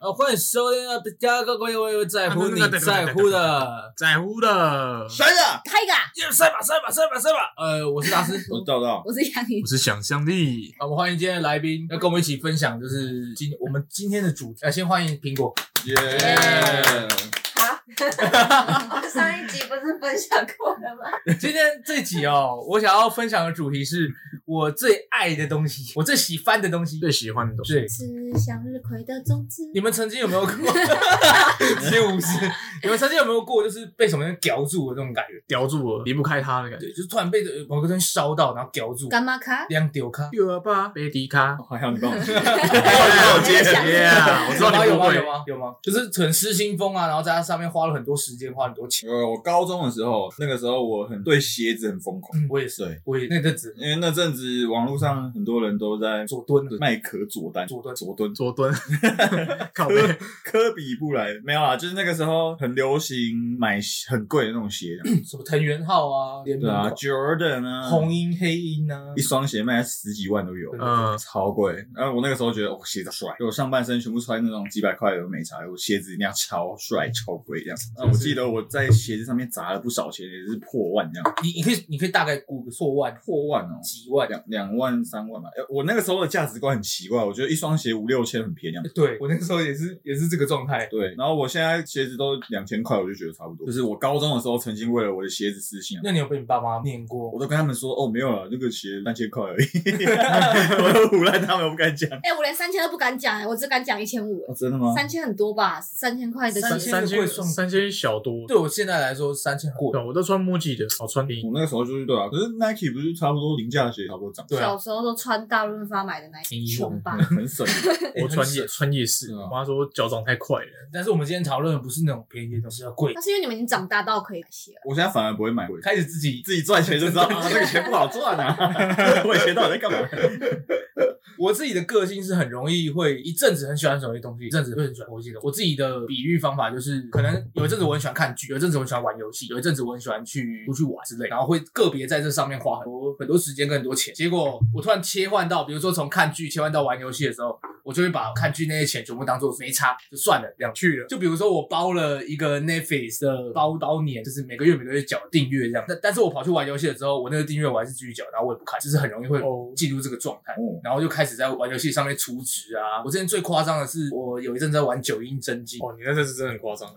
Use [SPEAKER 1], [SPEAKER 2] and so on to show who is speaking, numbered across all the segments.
[SPEAKER 1] 呃，欢迎收听到第二个关于我有在乎你在乎的，
[SPEAKER 2] 在乎的。
[SPEAKER 3] 摔了，
[SPEAKER 4] 开个啊，
[SPEAKER 1] 耶，赛吧赛吧赛吧赛吧。呃，我是大师，
[SPEAKER 3] 我找到
[SPEAKER 4] 我是杨 宇
[SPEAKER 2] 我，是想象力，
[SPEAKER 1] 啊我们欢迎今天的来宾，要跟我们一起分享，就是今我们今天的主题。呃，先欢迎苹果，
[SPEAKER 3] 耶！
[SPEAKER 5] 啊，上一集不是分享过了吗？
[SPEAKER 1] 今天这集哦，我想要分享的主题是我最爱的东西，我最喜欢的东西。
[SPEAKER 2] 最喜欢的东西。
[SPEAKER 1] 对，
[SPEAKER 5] 是向日葵的种子。
[SPEAKER 1] 你们曾经有没有过？ 直接无视。你们曾经有没有过，就是被什么人叼住的那种感觉？
[SPEAKER 2] 叼住我，离不开他的感觉。
[SPEAKER 1] 对，就是突然被某个东西烧到，然后叼住，
[SPEAKER 4] 干妈卡，
[SPEAKER 1] 两丢开。
[SPEAKER 2] 六二八，贝迪卡。
[SPEAKER 3] 还好你 帮我接，
[SPEAKER 2] 我
[SPEAKER 4] 接
[SPEAKER 2] 我知道你
[SPEAKER 1] 有
[SPEAKER 2] 不
[SPEAKER 1] 吗？
[SPEAKER 2] 会
[SPEAKER 1] 有。吗？有吗？就是很失心疯啊，然后在它上面花了很多时间，花很多钱。
[SPEAKER 3] 呃，我高中的时候，那个时候我很对鞋子很疯狂，
[SPEAKER 1] 我也是，
[SPEAKER 3] 对，
[SPEAKER 1] 我也那阵子
[SPEAKER 3] 因为那阵子网络上很多人都在
[SPEAKER 1] 左蹲了，
[SPEAKER 3] 卖壳佐丹，
[SPEAKER 1] 佐丹
[SPEAKER 3] 佐敦，
[SPEAKER 2] 左蹲，靠背。
[SPEAKER 3] 科科比布莱没有啊，就是那个时候很流行买很贵的那种鞋，啊
[SPEAKER 1] 什么藤原浩啊，联
[SPEAKER 3] 对
[SPEAKER 1] 名
[SPEAKER 3] 啊
[SPEAKER 1] 款
[SPEAKER 3] ，Jordan 啊，
[SPEAKER 1] 红鹰、黑鹰啊
[SPEAKER 3] 一，双鞋卖十几万都有。
[SPEAKER 2] 嗯，
[SPEAKER 3] 超贵，然后我那个时候觉得，哦，鞋子帅，就我上半身全部穿那种几百块的美茶，我鞋子一定要超帅、超贵这样。那我记得我在鞋子上面砸了不少钱，也是破万这样，
[SPEAKER 1] 你你可以你可以大概估个破万、
[SPEAKER 3] 破万哦，
[SPEAKER 1] 几万。
[SPEAKER 3] 两两万、三万吧。呃我那个时候的价值观很奇怪，我觉得一双鞋五六千很便宜。啊
[SPEAKER 1] 对我那个时候也是也是这个状态，
[SPEAKER 3] 对，然后我现在鞋子都两千块，我就觉得差不多。就是我高中的时候，曾经为了我的鞋子私信啊，
[SPEAKER 1] 那你有被你爸妈念过？
[SPEAKER 3] 我都跟他们说，哦，没有了，那个鞋三千块而已， 我都胡乱他们，我不敢讲。
[SPEAKER 4] 哎，我连三千都不敢讲，哎，我只敢讲一千五，
[SPEAKER 3] 哦，真的吗？
[SPEAKER 4] 三千很多吧，三千块的
[SPEAKER 1] 三
[SPEAKER 4] 鞋，
[SPEAKER 2] 三
[SPEAKER 1] 贵
[SPEAKER 2] 千
[SPEAKER 1] 送
[SPEAKER 2] 三千小多。
[SPEAKER 1] 对我现在来说，三千很贵
[SPEAKER 2] 对，。我都穿 MUJI 的，好穿便宜
[SPEAKER 3] 我。那个时候就是对啊，可是 Nike 不是差不多凌价鞋差不多涨，
[SPEAKER 1] 对啊
[SPEAKER 4] 小时候都穿大润发买的那一穷吧，
[SPEAKER 3] 很省。
[SPEAKER 2] 我穿
[SPEAKER 1] 哎很
[SPEAKER 2] 夜
[SPEAKER 1] 省
[SPEAKER 2] 穿夜市，
[SPEAKER 3] 是啊
[SPEAKER 2] 我妈说脚长太快了。
[SPEAKER 1] 但是我们今天讨论的不是那种便宜的东西，要贵
[SPEAKER 4] 那。是因为你们已经长大到可以买鞋了。
[SPEAKER 3] 我现在反而不会买贵，
[SPEAKER 1] 开始自己，
[SPEAKER 3] 自己赚钱就知道啊，这个钱不好赚啊，我以前到底在干嘛？
[SPEAKER 1] 我自己的个性是很容易会一阵子很喜欢什么东西，一阵子会很喜欢某一些东西。我自己的比喻方法就是，可能有一阵子我很喜欢看剧，有一阵子我很喜欢玩游戏，有一阵子我很喜欢去出去玩之类，然后会个别在这上面花很多很多时间跟很多钱。结果我突然切换到，比如说从看剧切换到玩游戏的时候，我就会把看剧那些钱全部当做没差就算了，两去了。就比如说我包了一个 Netflix 的包包年，就是每个月每个月缴订阅这样，但但是我跑去玩游戏了之后，我那个订阅我还是继续缴，然后我也不看，就是很容易会
[SPEAKER 2] 哦
[SPEAKER 1] 进入这个状态。
[SPEAKER 3] 哦
[SPEAKER 1] 然后就开始在玩游戏上面充值啊。我之前最夸张的是，我有一阵在玩九阴真经，
[SPEAKER 2] 哦，你那阵是真的很夸张，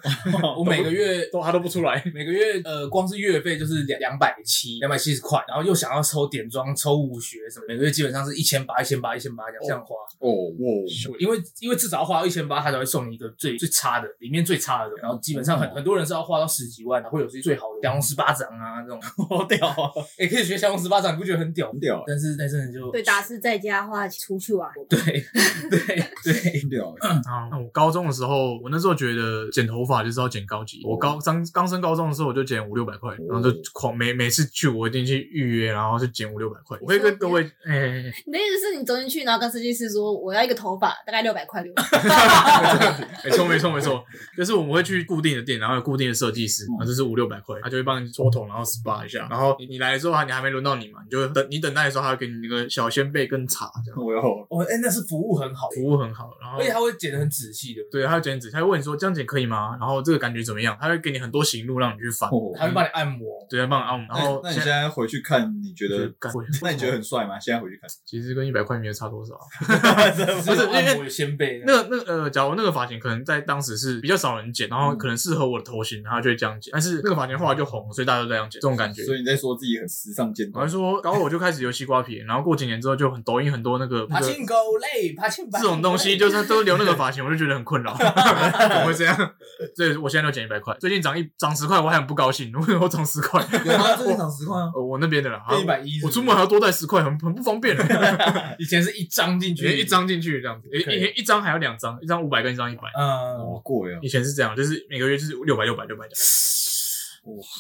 [SPEAKER 1] 我每个月
[SPEAKER 2] 都他都不出来。
[SPEAKER 1] 每个月呃，光是月费就是两两百七、两百七十块，然后又想要抽点装、抽武学什么，每个月基本上是一千八、一千八、一千八这样这样花。
[SPEAKER 3] 哦，哇，
[SPEAKER 1] 因为因为至少要花一千八，他才会送你一个最最差的，里面最差的。然后基本上很很多人是要花到十几万的，会有些最好的降龙十八掌啊这种。
[SPEAKER 3] 好屌啊，
[SPEAKER 1] 也、可以学降龙十八掌，你不觉得很屌
[SPEAKER 3] 很？屌，啊
[SPEAKER 1] 但是但是你就
[SPEAKER 4] 对，打是在家的话出去玩，
[SPEAKER 1] 对对对，
[SPEAKER 3] 很屌欸。
[SPEAKER 2] 啊，那我高中的时候，我那时候觉得剪头发就是要剪高级。我
[SPEAKER 3] 哦
[SPEAKER 2] 高刚刚升高中的时候，我就剪五六百块，然后就狂每每次去我一定去预约，然后去剪五六百块。我会跟各 位，哎、哎
[SPEAKER 4] 你的意思是你走进去，然后跟设计师说我要一个头发，大概六百块六，
[SPEAKER 2] 哎没错没错没错，就是我们会去固定的店，然后有固定的设计师，
[SPEAKER 3] 嗯
[SPEAKER 2] 然后就是五六百块，他就会帮你搓头，然后 SPA 一下，然后你你来的时候，你还没轮到你嘛，你就等你等待的时候，他会给你那个小鲜贝跟茶，这样
[SPEAKER 3] 我有，
[SPEAKER 1] 哦，哎、那是服务很好，
[SPEAKER 2] 服务很好，然后
[SPEAKER 3] 哎
[SPEAKER 1] 而且他会剪得很仔细的。
[SPEAKER 2] 对，他会剪纸，他会问你说这样剪可以吗？然后这个感觉怎么样？他会给你很多行路让你去翻，
[SPEAKER 3] 哦
[SPEAKER 1] 还会帮你 按摩。
[SPEAKER 2] 对，他帮你按摩。然后
[SPEAKER 3] 那你现在回去看，你觉
[SPEAKER 2] 觉得
[SPEAKER 3] 得？哦
[SPEAKER 2] 干
[SPEAKER 3] 那你觉得很帅吗？现在回去看，
[SPEAKER 2] 其实跟一百块没有差多少啊。
[SPEAKER 1] 不
[SPEAKER 2] 是因为
[SPEAKER 1] 我有先
[SPEAKER 3] 啊
[SPEAKER 1] 辈
[SPEAKER 2] 那那呃，假如那个发型可能在当时是比较少人剪，然
[SPEAKER 3] 嗯
[SPEAKER 2] 后可能适合我的头型，然后就会这样剪。但是那个发型后来就红了，所以大家都这样剪，这种感觉。
[SPEAKER 3] 所以你在说自己很时尚尖
[SPEAKER 2] 我
[SPEAKER 3] 端
[SPEAKER 2] 还，说，搞我就开始留西瓜皮，然后过几年之后就很抖音很多那
[SPEAKER 3] 啊
[SPEAKER 2] 个那
[SPEAKER 1] 爬
[SPEAKER 2] 个
[SPEAKER 1] 进狗累，爬进
[SPEAKER 2] 这种东西， 就是都留那个发型，我就觉得很困 扰，怎么会这样？所以我现在都剪一百块，最近涨一涨十块，我还很不高兴，为什么我涨十块？
[SPEAKER 3] 有吗？正常十块啊，
[SPEAKER 2] 呃，我那边的啦，
[SPEAKER 1] 一百一，
[SPEAKER 2] 我出门还要多带十块，很很不方 便的。
[SPEAKER 1] 以前是一张进
[SPEAKER 2] 以前
[SPEAKER 1] 去
[SPEAKER 2] 哎一，张进去这样子，以
[SPEAKER 1] 嗯可以
[SPEAKER 2] 以前一张还有两张，一张五百跟一张一百。
[SPEAKER 1] 嗯，
[SPEAKER 3] 哇，贵啊！
[SPEAKER 2] 以前是这样，就是每个月就是六百六百六百的。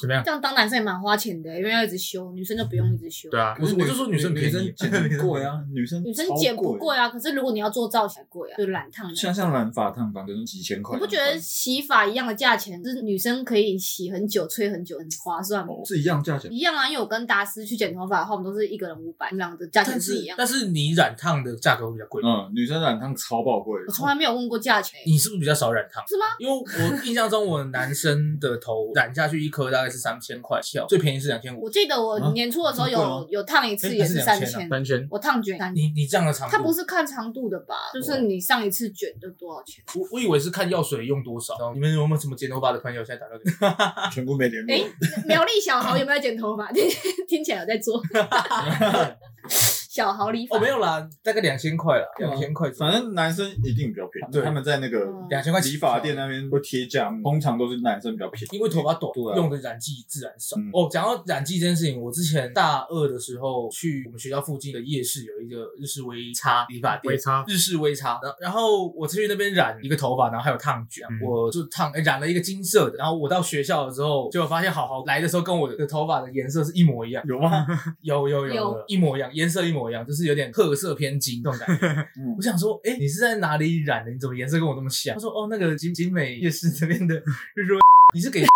[SPEAKER 1] 怎么样？
[SPEAKER 4] 这样当男生也蛮花钱的，因为要一直修，女生就不用一直修。
[SPEAKER 2] 对啊，
[SPEAKER 1] 我是我就说女生
[SPEAKER 3] 女
[SPEAKER 1] 便
[SPEAKER 3] 生
[SPEAKER 1] 宜，
[SPEAKER 3] 剪很贵啊，女生
[SPEAKER 4] 女生
[SPEAKER 3] 超
[SPEAKER 4] 剪不
[SPEAKER 3] 贵，
[SPEAKER 4] 贵啊，可是如果你要做造型贵啊，就染烫的。
[SPEAKER 3] 像像染发烫房就是几千块，
[SPEAKER 4] 你不觉得洗发一样的价钱，就是女生可以洗很久、吹很久，很划
[SPEAKER 1] 哦
[SPEAKER 4] 算吗？
[SPEAKER 3] 哦是一样价钱？
[SPEAKER 4] 一样啊，因为我跟达斯去剪头发的话，我们都是一个人五百，我们两个的价钱
[SPEAKER 1] 但
[SPEAKER 4] 是一
[SPEAKER 1] 是
[SPEAKER 4] 样。
[SPEAKER 1] 但是你染烫的价格会比较贵，
[SPEAKER 3] 嗯，女生染烫超爆贵，
[SPEAKER 4] 我从来没有问过价钱，
[SPEAKER 1] 你是不是比较少染烫？
[SPEAKER 4] 是吗？
[SPEAKER 1] 因为我印象中，我男生的头染下去一颗大概是三千块翘，最便宜是两千五。
[SPEAKER 4] 我记得我
[SPEAKER 3] 啊
[SPEAKER 4] 年初的时候
[SPEAKER 3] 这么贵吗
[SPEAKER 4] 有有烫一次
[SPEAKER 1] 哎
[SPEAKER 4] 也
[SPEAKER 1] 还是
[SPEAKER 4] 三
[SPEAKER 1] 2000啊
[SPEAKER 4] 千，
[SPEAKER 2] 三千。
[SPEAKER 4] 我烫卷三千。
[SPEAKER 1] 你哦你这样的长度，
[SPEAKER 4] 它不是看长度的吧？就是你上一次卷的多少钱？
[SPEAKER 1] 我我以为是看药水用多少。然后你们有没有什么剪头发的朋友现在打电话给我？
[SPEAKER 3] 全部没联络
[SPEAKER 4] 哎、。苗栗小豪有没有剪头发？听 听起来有在 做。小豪理发、
[SPEAKER 1] 哦，没有啦，大概两千块啦，
[SPEAKER 3] 对啊
[SPEAKER 1] 两千块
[SPEAKER 2] 哦
[SPEAKER 1] 左右。
[SPEAKER 3] 反正男生一定比较便宜，
[SPEAKER 1] 对
[SPEAKER 3] 他们在那个
[SPEAKER 4] 嗯
[SPEAKER 1] 两千块
[SPEAKER 3] 理发店啊
[SPEAKER 2] 欸
[SPEAKER 3] 那边会贴价，通常都是男生比较便宜，
[SPEAKER 1] 因为头发短，
[SPEAKER 3] 对啊
[SPEAKER 1] 用的染剂自然少。
[SPEAKER 3] 嗯
[SPEAKER 1] 哦，讲到染剂这件事情，我之前大二的时候去我们学校附近的夜市有一个日式微差理发店，
[SPEAKER 2] 微差
[SPEAKER 1] 日式微差，然然后我去那边染一个头发，然后还有烫卷，
[SPEAKER 2] 嗯
[SPEAKER 1] 我就烫、哎诶染了一个金色的，然后我到学校的时候，结果发现好好来的时候跟我的头发的颜色是一模一样，
[SPEAKER 3] 有 吗？
[SPEAKER 1] 有有有
[SPEAKER 4] 有
[SPEAKER 1] 有一模一样，颜色一模一样，就是有点褐色偏金这种感觉。
[SPEAKER 3] 嗯
[SPEAKER 1] 我想说，哎、你是在哪里染的？你怎么颜色跟我那么像？他说，哦，那个景景美夜市这边的，就说你是给吗？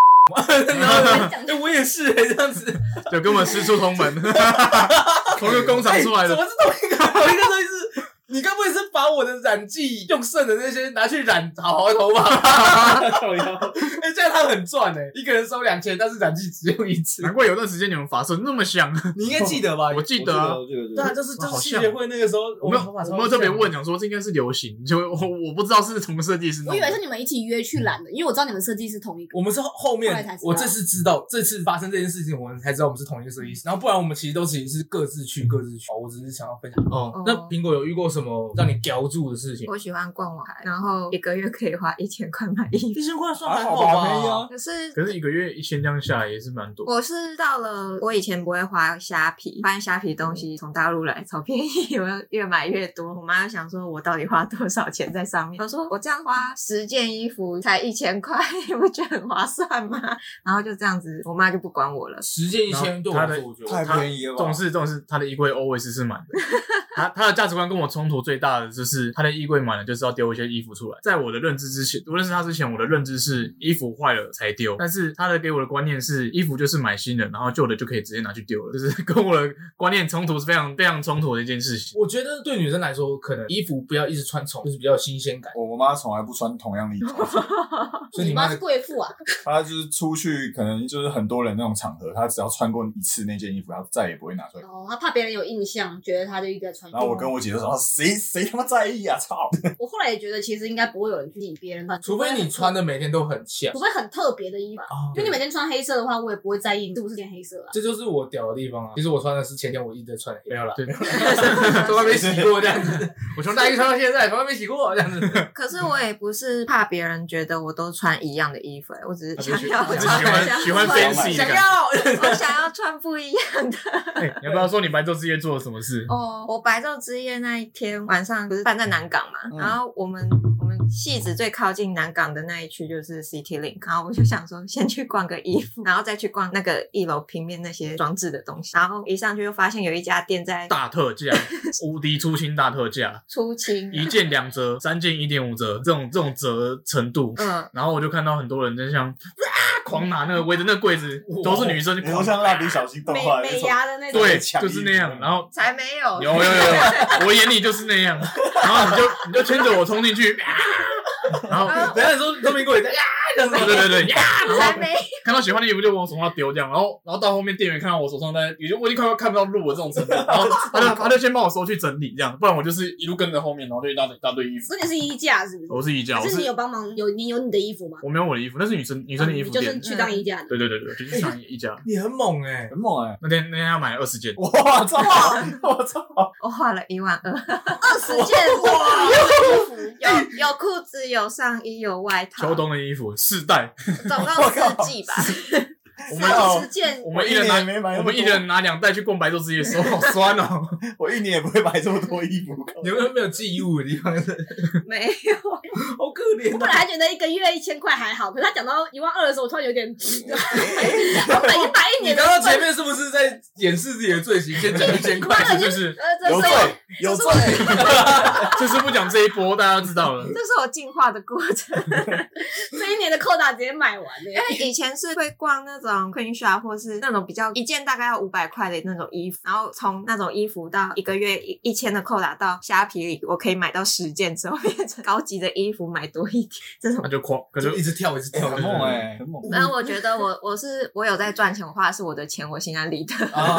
[SPEAKER 1] 然后我就哎、我也是、哎，这样子，
[SPEAKER 2] 就跟我们师出同门， 同一个工厂出来
[SPEAKER 1] 哎怎
[SPEAKER 2] 的。
[SPEAKER 1] 么是同一个？同一个东西是。你该不会是把我的染剂用剩的那些拿去染好好的头发吧？
[SPEAKER 3] 靠腰
[SPEAKER 2] 啊
[SPEAKER 1] 哎、这样他很赚哎、一个人收两千，但是染剂只用一次
[SPEAKER 2] 难。怪有段时间你们发色那么像，
[SPEAKER 1] 你应该记得吧？
[SPEAKER 2] 啊我记得啊。
[SPEAKER 3] 我记得，我记
[SPEAKER 1] 对啊，
[SPEAKER 3] 得
[SPEAKER 1] 就是就
[SPEAKER 2] 哇好
[SPEAKER 1] 是系
[SPEAKER 2] 像哦
[SPEAKER 1] 学会那个时候，
[SPEAKER 2] 我没有，
[SPEAKER 1] 们头发超
[SPEAKER 2] 我没有特别
[SPEAKER 1] 像的
[SPEAKER 2] 问，想说这应该是流行，就我我不知道是什么设计师弄
[SPEAKER 4] 我
[SPEAKER 2] 的。
[SPEAKER 4] 以为是你们一起约去染的，因为我知道你们设计是同一个。
[SPEAKER 1] 我们是后后
[SPEAKER 4] 后来
[SPEAKER 1] 面
[SPEAKER 4] 才知，道
[SPEAKER 1] 我这次知道这次发生这件事情，我们才知道我们是同一个设计师。然后不然我们其实都其实是各自去各自去。哦我只是想要分享。
[SPEAKER 2] 哦，
[SPEAKER 5] 哦
[SPEAKER 1] 那苹果有遇过什么让你叼住的事情？
[SPEAKER 5] 我喜欢逛网拍，然后一个月可以花一千块买衣服。
[SPEAKER 1] 一千块算
[SPEAKER 3] 还
[SPEAKER 1] 还
[SPEAKER 3] 好
[SPEAKER 1] 好
[SPEAKER 3] 吧，没
[SPEAKER 1] 吧？啊
[SPEAKER 3] 有
[SPEAKER 5] 可是
[SPEAKER 2] 可是一个月一千这样下来也是蛮多。
[SPEAKER 5] 我是到了，我以前不会花虾皮，发现虾皮东西从大陆来超便宜， 我要越买越多。我妈就想说，我到底花多少钱在上面？我说我这样花十件衣服才一千块，你不觉得很划算吗？ 然后就这样子，我妈就不管我了。
[SPEAKER 1] 十件一千对我来说，我觉得
[SPEAKER 3] 太便宜了吧，
[SPEAKER 2] 重视重视，他的衣柜 always 是满的。 他他的价值观跟我冲突最大的就是他的衣柜满了就是要丢一些衣服出来。在我的认知之前，我认识他之前，我的认知是衣服坏了才丢，但是他的给我的观念是衣服就是买新的，然后旧的就可以直接拿去丢了，就是跟我的观念冲突是非常非常冲突的一件事情。
[SPEAKER 1] 我觉得对女生来说，可能衣服不要一直穿重，就是比较有新鲜感。
[SPEAKER 3] 我我妈从来不穿同样的衣服，
[SPEAKER 1] 所以
[SPEAKER 4] 你
[SPEAKER 1] 你
[SPEAKER 4] 妈
[SPEAKER 1] 妈
[SPEAKER 4] 是
[SPEAKER 1] 的
[SPEAKER 4] 贵妇啊，
[SPEAKER 3] 她就是出去可能就是很多人那种场合，她只要穿过一次那件衣服，她再也不会拿出来。
[SPEAKER 4] 哦，她怕别人有印象，觉得她就一直在穿。
[SPEAKER 3] 然后我跟我姐就说：“啊谁谁他妈在意啊！操
[SPEAKER 4] 我后来也觉得，其实应该不会有人去理别人穿，
[SPEAKER 1] 除非你穿，的每天都很像
[SPEAKER 4] 除。非很特别的衣服啊。
[SPEAKER 1] 哦
[SPEAKER 4] 因为你每天穿黑色的话，我也不会在意你是不是件黑色啊。
[SPEAKER 1] 这就是我屌的地方啊！其实我穿的是前天我一直在穿的，没有啦，
[SPEAKER 2] 对
[SPEAKER 1] 从来没洗过这样子。 我从大一穿到现在，从来没洗过这 样子。
[SPEAKER 5] 可是我也不是怕别人觉得我都穿一样的衣服、欸我只是想要
[SPEAKER 3] 啊
[SPEAKER 5] 穿
[SPEAKER 3] 你
[SPEAKER 2] 喜欢
[SPEAKER 5] 想
[SPEAKER 2] 喜欢
[SPEAKER 5] 我也
[SPEAKER 2] fancy
[SPEAKER 5] 想
[SPEAKER 2] 的
[SPEAKER 5] 要，
[SPEAKER 1] 要
[SPEAKER 5] 我想要穿不一样的。
[SPEAKER 2] 哎、你要不要说你白昼之夜做了什么事？
[SPEAKER 5] 哦，我白昼之夜那一天晚上不是办在南港嘛，
[SPEAKER 3] 嗯
[SPEAKER 5] 然后我们我们戏子最靠近南港的那一区就是 City Link，然后我就想说先去逛个衣服，然后再去逛那个一楼平面那些装置的东西，然后一上去就发现有一家店在
[SPEAKER 2] 大特价，无敌出清大特价，
[SPEAKER 5] 出清，
[SPEAKER 2] 一件两折，三件一点五折，这种这种折程度，
[SPEAKER 5] 嗯，
[SPEAKER 2] 然后我就看到很多人在像啊狂拿那个围着那个柜子， 都是女生！”
[SPEAKER 3] 你说
[SPEAKER 2] 狂
[SPEAKER 3] 像蜡笔小新动
[SPEAKER 5] 美
[SPEAKER 3] 画的那
[SPEAKER 5] 美
[SPEAKER 3] 种，
[SPEAKER 5] 牙的那种，
[SPEAKER 2] 对，
[SPEAKER 3] 抢
[SPEAKER 2] 就是那
[SPEAKER 3] 衣
[SPEAKER 2] 样。
[SPEAKER 3] 服
[SPEAKER 2] 然后
[SPEAKER 5] 才没有，
[SPEAKER 2] 有有有有，我眼里就是那样。然后你就你就牵着我冲进去，啊然后
[SPEAKER 5] 啊
[SPEAKER 4] 嗯
[SPEAKER 1] 等一下你说都没过瘾，呀，这样子
[SPEAKER 2] 对对对，呀然后
[SPEAKER 5] 才没有，
[SPEAKER 2] 看到喜欢的衣服就往我手上丢这样，然后然后到后面店员看到我手上在，也就我已经快要看不到路的这种程度，然后他就他就先帮我收去整理这样，不然我就是一路跟着后面，然后就一大堆一大堆衣服。
[SPEAKER 4] 所以你是衣架是不是？
[SPEAKER 2] 我是衣架，我
[SPEAKER 4] 可是你
[SPEAKER 2] 是
[SPEAKER 4] 有帮忙有你有你的衣服吗？
[SPEAKER 2] 我没有我的衣服，那是女生女生的衣服
[SPEAKER 4] 你就
[SPEAKER 2] 店
[SPEAKER 4] 是，去当
[SPEAKER 5] 嗯
[SPEAKER 4] 衣架的。
[SPEAKER 2] 对对对对，就是像一家。
[SPEAKER 1] 你很猛哎、
[SPEAKER 3] 很猛哎！
[SPEAKER 2] 那天那天他买了二十件，
[SPEAKER 3] 我操！我操！
[SPEAKER 5] 我花了一万二，
[SPEAKER 4] 二十件哇衣服，
[SPEAKER 5] 有 有裤子，有上衣，有外套，
[SPEAKER 2] 秋冬的衣服四袋，
[SPEAKER 5] 总共四季吧。
[SPEAKER 2] 我们
[SPEAKER 4] 三
[SPEAKER 3] 哦
[SPEAKER 4] 十件
[SPEAKER 2] 我们一
[SPEAKER 3] 一
[SPEAKER 2] 人
[SPEAKER 3] 年
[SPEAKER 2] 拿
[SPEAKER 3] 也没买那
[SPEAKER 2] 我
[SPEAKER 3] 么
[SPEAKER 2] 们一
[SPEAKER 3] 多
[SPEAKER 2] 人拿两袋去逛白昼之夜的时候，好酸 哦。
[SPEAKER 3] 我一年也不会买这么多衣服。
[SPEAKER 1] 你们有没有记忆物的地方？
[SPEAKER 5] 没有，
[SPEAKER 1] 好可
[SPEAKER 4] 我
[SPEAKER 1] 怜
[SPEAKER 4] 本来
[SPEAKER 1] 啊！
[SPEAKER 4] 还觉得一个月一千块还好，可是他讲到一万二的时候，我突然有点， 我本来已经把一
[SPEAKER 1] 你
[SPEAKER 4] 年的
[SPEAKER 1] 刚刚前
[SPEAKER 4] 份，
[SPEAKER 1] 面是不是在掩饰自己的罪行？先讲一 千块，
[SPEAKER 4] 我本来
[SPEAKER 1] 是
[SPEAKER 4] 就
[SPEAKER 1] 不是？
[SPEAKER 4] 呃，这
[SPEAKER 3] 有罪
[SPEAKER 4] 是我，
[SPEAKER 3] 有罪！
[SPEAKER 2] 就是不讲这一波，大家知道了。
[SPEAKER 5] 这是我进化的过程。
[SPEAKER 4] 这一年的扣打直接买完
[SPEAKER 5] 因
[SPEAKER 4] 了。
[SPEAKER 5] 为以前是会逛那种 Queen Shop 或是那种比较一件大概要五百块的那种衣服，然后从那种衣服到一个月一一千的扣打到虾皮里，我可以买到十件之后 变成高级的衣服买多一点这种
[SPEAKER 2] 那。就狂，可
[SPEAKER 1] 就是一直跳，一直跳，
[SPEAKER 3] 很猛哎，很猛！
[SPEAKER 5] 但是我觉得我我是我有在赚钱，我花的是我的钱，我心安理得。
[SPEAKER 1] 啊